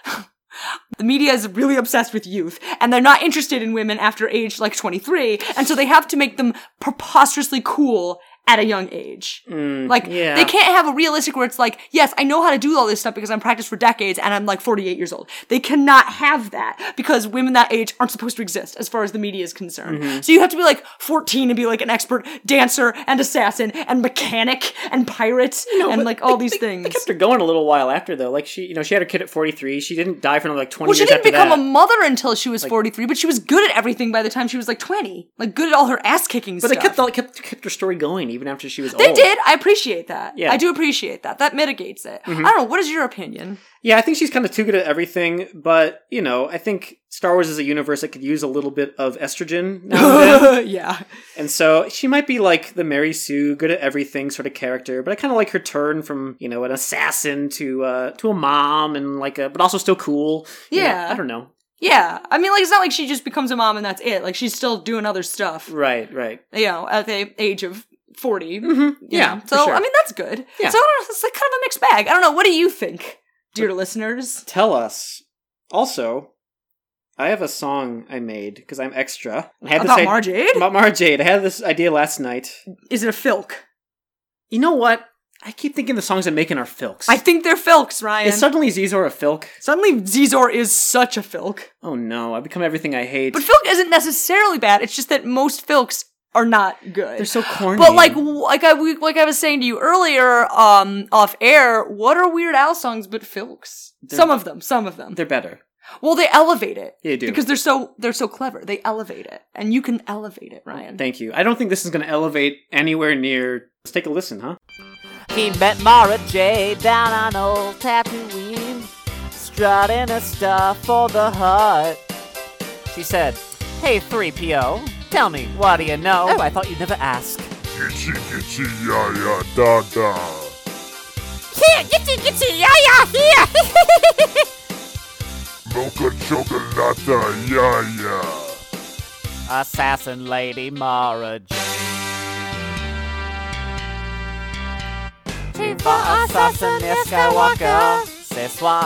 Speaker 3: the media is really obsessed with youth and they're not interested in women after age like 23 and so they have to make them preposterously cool at a young age like
Speaker 4: Mm, yeah.
Speaker 3: they can't have a realistic where it's like yes i know how to do all this stuff because i'm practiced for decades and i'm like 48 years old they cannot have that because women that age aren't supposed to exist as far as the media is concerned
Speaker 4: Mm-hmm.
Speaker 3: so you have to be like 14 and be like an expert dancer and assassin and mechanic and pirate and
Speaker 4: but
Speaker 3: like all
Speaker 4: they-
Speaker 3: these
Speaker 4: they-
Speaker 3: things
Speaker 4: They kept her going a little while after though. Like she, you know, she had her kid at 43. She didn't die for another like 20
Speaker 2: Well, she
Speaker 4: years
Speaker 2: didn't
Speaker 4: after
Speaker 2: become
Speaker 4: that.
Speaker 2: a mother until she was 43, but she was good at everything by the time she was like 20. Like, good at all her ass kicking
Speaker 4: but
Speaker 2: stuff.
Speaker 4: they kept, the, kept kept her story going even after she was
Speaker 2: They
Speaker 4: old.
Speaker 2: did. I appreciate that.
Speaker 4: Yeah. Mm-hmm.
Speaker 2: I do appreciate that. That mitigates it. I don't know. What is your opinion?
Speaker 4: Yeah, I think she's kind of too good at everything, but you know, I think Star Wars is a universe that could use a little bit of estrogen now and then.
Speaker 3: yeah
Speaker 4: and so she might be like the Mary Sue, good at everything sort of character, but I kind of like her turn from you know an assassin to uh to a mom and like a but also still cool. You know,
Speaker 3: Yeah.
Speaker 4: I don't know.
Speaker 3: Yeah, I mean, like it's not like she just becomes a mom and that's it. Like she's still doing other stuff,
Speaker 4: Right, right.
Speaker 3: you know, at the age of 40
Speaker 4: Yeah,
Speaker 3: Yeah,
Speaker 4: for
Speaker 3: so
Speaker 4: sure.
Speaker 3: I mean, that's good.
Speaker 4: Yeah.
Speaker 3: So I don't know, it's like kind of a mixed bag. I don't know. What do you think, dear listeners?
Speaker 4: tell us. Also, I have a song I made because I'm extra. I had
Speaker 3: About
Speaker 4: this
Speaker 3: Mara Jade?
Speaker 4: About Mara Jade. I had this idea last night.
Speaker 3: Is it a filk?
Speaker 4: You know what? I keep thinking the songs I'm making are filks.
Speaker 3: I think they're filks, Ryan.
Speaker 4: is suddenly Zizor a filk?
Speaker 3: Suddenly, Zizor is such a filk.
Speaker 4: Oh no! I become everything I hate.
Speaker 3: But filk isn't necessarily bad. It's just that most filks are not good.
Speaker 4: They're so corny.
Speaker 3: But like, w- like I we, like I was saying to you earlier, um, off air, what are Weird Al songs but filks? some of them, some of them.
Speaker 4: they're better.
Speaker 3: Well, they elevate it.
Speaker 4: They do.
Speaker 3: because they're so they're so clever. They elevate it, and you can elevate it, Ryan.
Speaker 4: Thank you. I don't think this is going to elevate anywhere near. Let's take a listen, huh?
Speaker 7: He met Mara J down on old Tatooine, strutting her stuff for the hut. She said, Hey 3PO, tell me, what do you know? Oh, I thought you'd never ask.
Speaker 8: Itchy, itchy, ya, ya, da, da.
Speaker 6: Here, gitsy, gitsy, yeah, yeah, here.
Speaker 8: Mocha chocolata, ya, ya.
Speaker 7: Assassin Lady Mara J. Chiva Assassin Skywalker, ce soir.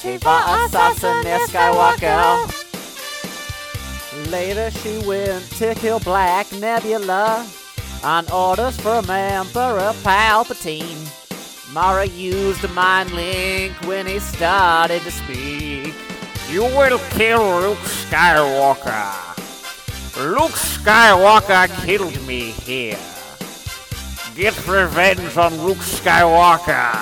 Speaker 7: Chiva Assassin Skywalker. Later she went to kill Black Nebula on orders from Emperor Palpatine. Mara used a mind link when he started to speak. You will kill Luke Skywalker. Luke Skywalker killed me here. Get revenge on Luke Skywalker.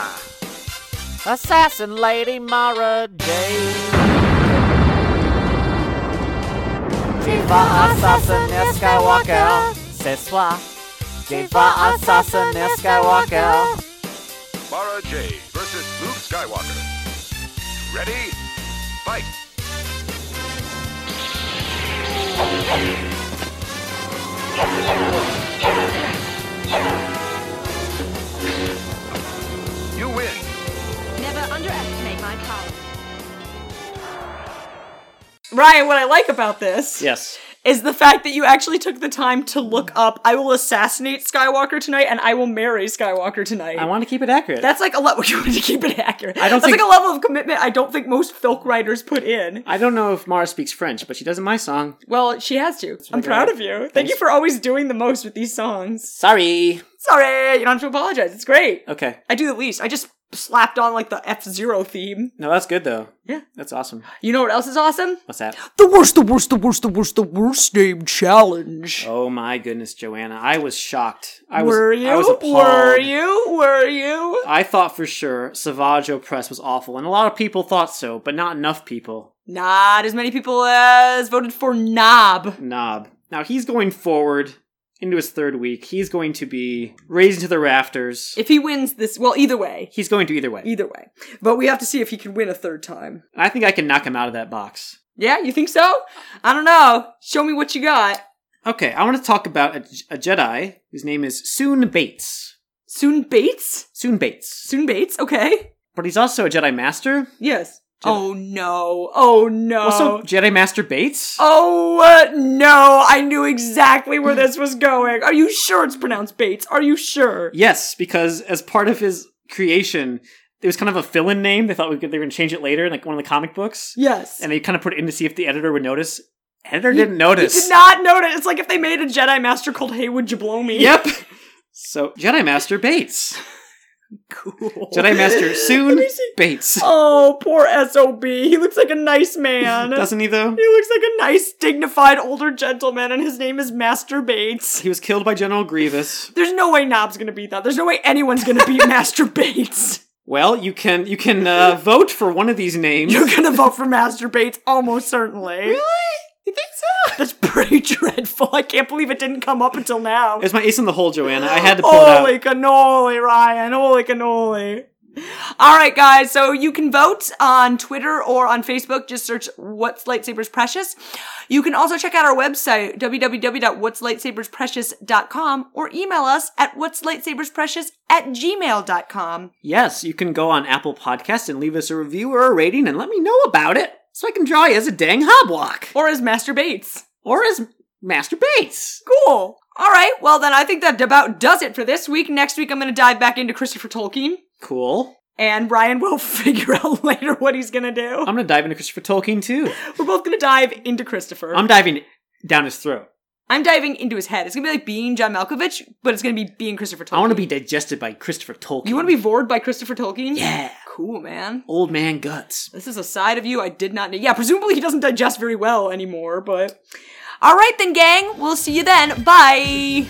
Speaker 7: Assassin Lady Mara Jade. Diva Assassin Skywalker. Ce soir. Diva Assassin Skywalker.
Speaker 8: Mara J versus Luke Skywalker. Ready? Fight! You win!
Speaker 3: Ryan, what I like about this
Speaker 4: Yes.
Speaker 3: is the fact that you actually took the time to look up. I will assassinate Skywalker tonight, and I will marry Skywalker tonight.
Speaker 4: I want to keep it accurate.
Speaker 3: that's like a level you want to keep it accurate. I
Speaker 4: don't
Speaker 3: That's
Speaker 4: think-
Speaker 3: like a level of commitment I don't think most filk writers put in.
Speaker 4: I don't know if Mara speaks French, but she does in my song.
Speaker 3: Well, she has to. I'm proud of you. Thank you for always doing the most with these songs.
Speaker 4: Sorry.
Speaker 3: Sorry, you don't have to apologize. It's great.
Speaker 4: Okay.
Speaker 3: I do the least. I just slapped on like the F Zero theme.
Speaker 4: No, that's good though.
Speaker 3: Yeah.
Speaker 4: That's awesome.
Speaker 3: You know what else is awesome?
Speaker 4: What's that?
Speaker 3: The worst, the worst, the worst, the worst, the worst name challenge.
Speaker 4: Oh my goodness, Joanna! I was shocked. I was.
Speaker 3: were you?
Speaker 4: I was appalled.
Speaker 3: were you? Were you?
Speaker 4: I thought for sure Savage Press was awful, and a lot of people thought so, but not enough people.
Speaker 3: Not as many people as voted for Knob.
Speaker 4: Knob. Now he's going forward into his third week. He's going to be raised to the rafters.
Speaker 3: If he wins this, well, either way,
Speaker 4: He's going to either way.
Speaker 3: either way. But we have to see if he can win a third time.
Speaker 4: And I think I can knock him out of that box.
Speaker 3: Yeah, you think so? I don't know. Show me what you got.
Speaker 4: Okay, I want to talk about a, a Jedi whose name is Soon Bates.
Speaker 3: Soon Bates.
Speaker 4: Soon Bates.
Speaker 3: Soon Bates. Okay.
Speaker 4: But he's also a Jedi Master.
Speaker 3: Yes. Oh no. Oh no.
Speaker 4: Also, Jedi Master Bates.
Speaker 3: Oh uh, no, I knew exactly where this was going. Are you sure it's pronounced Bates? Are you sure?
Speaker 4: Yes, because as part of his creation, it was kind of a fill-in name. They thought we could, they were going to change it later in like one of the comic books,
Speaker 3: Yes.
Speaker 4: and they kind of put it in to see if the editor would notice. Editor didn't notice.
Speaker 3: Did not notice. It's like if they made a Jedi Master called Haywood Jablomi.
Speaker 4: Yep. So Jedi Master Bates.
Speaker 3: Cool.
Speaker 4: Jedi Master Soon Bates.
Speaker 3: Oh, poor SOB. He looks like a nice man.
Speaker 4: Doesn't he though?
Speaker 3: he looks like a nice, dignified older gentleman, and his name is Master Bates.
Speaker 4: He was killed by General Grievous.
Speaker 3: There's no way Knob's gonna beat that. There's no way anyone's gonna beat Master Bates.
Speaker 4: Well, you can you can uh, vote for one of these names.
Speaker 3: You're gonna vote for Master Bates almost certainly. Really? You think so? That's pretty dreadful. I can't believe it didn't come up until now.
Speaker 4: It's my ace in the hole, Joanna. I had to pull it
Speaker 3: Holy
Speaker 4: out.
Speaker 3: cannoli, Ryan. Holy cannoli. All right, guys. So you can vote on Twitter or on Facebook. Just search What's Lightsabers Precious. You can also check out our website, www.what'slightsabersprecious.com, or email us at what'slightsabersprecious at gmail.com.
Speaker 4: Yes, you can go on Apple Podcasts and leave us a review or a rating and let me know about it so I can draw you as a dang hoblock.
Speaker 3: Or as Master Bates.
Speaker 4: Or as Master Bates.
Speaker 3: Cool. All right. Well, then I think that about does it for this week. Next week, I'm going to dive back into Christopher Tolkien,
Speaker 4: Cool.
Speaker 3: and Ryan will figure out later what he's going to do.
Speaker 4: I'm gonna dive into Christopher Tolkien too.
Speaker 3: We're both going to dive into Christopher.
Speaker 4: I'm diving down his throat.
Speaker 3: I'm diving into his head. It's going to be like being John Malkovich, but it's going to be being Christopher Tolkien.
Speaker 4: I want to be digested by Christopher Tolkien.
Speaker 3: You want to be vored by Christopher Tolkien?
Speaker 4: Yeah.
Speaker 3: Cool, man.
Speaker 4: old man guts.
Speaker 3: This is a side of you I did not know. Yeah, presumably he doesn't digest very well anymore, but. All right, then, gang. We'll see you then. Bye.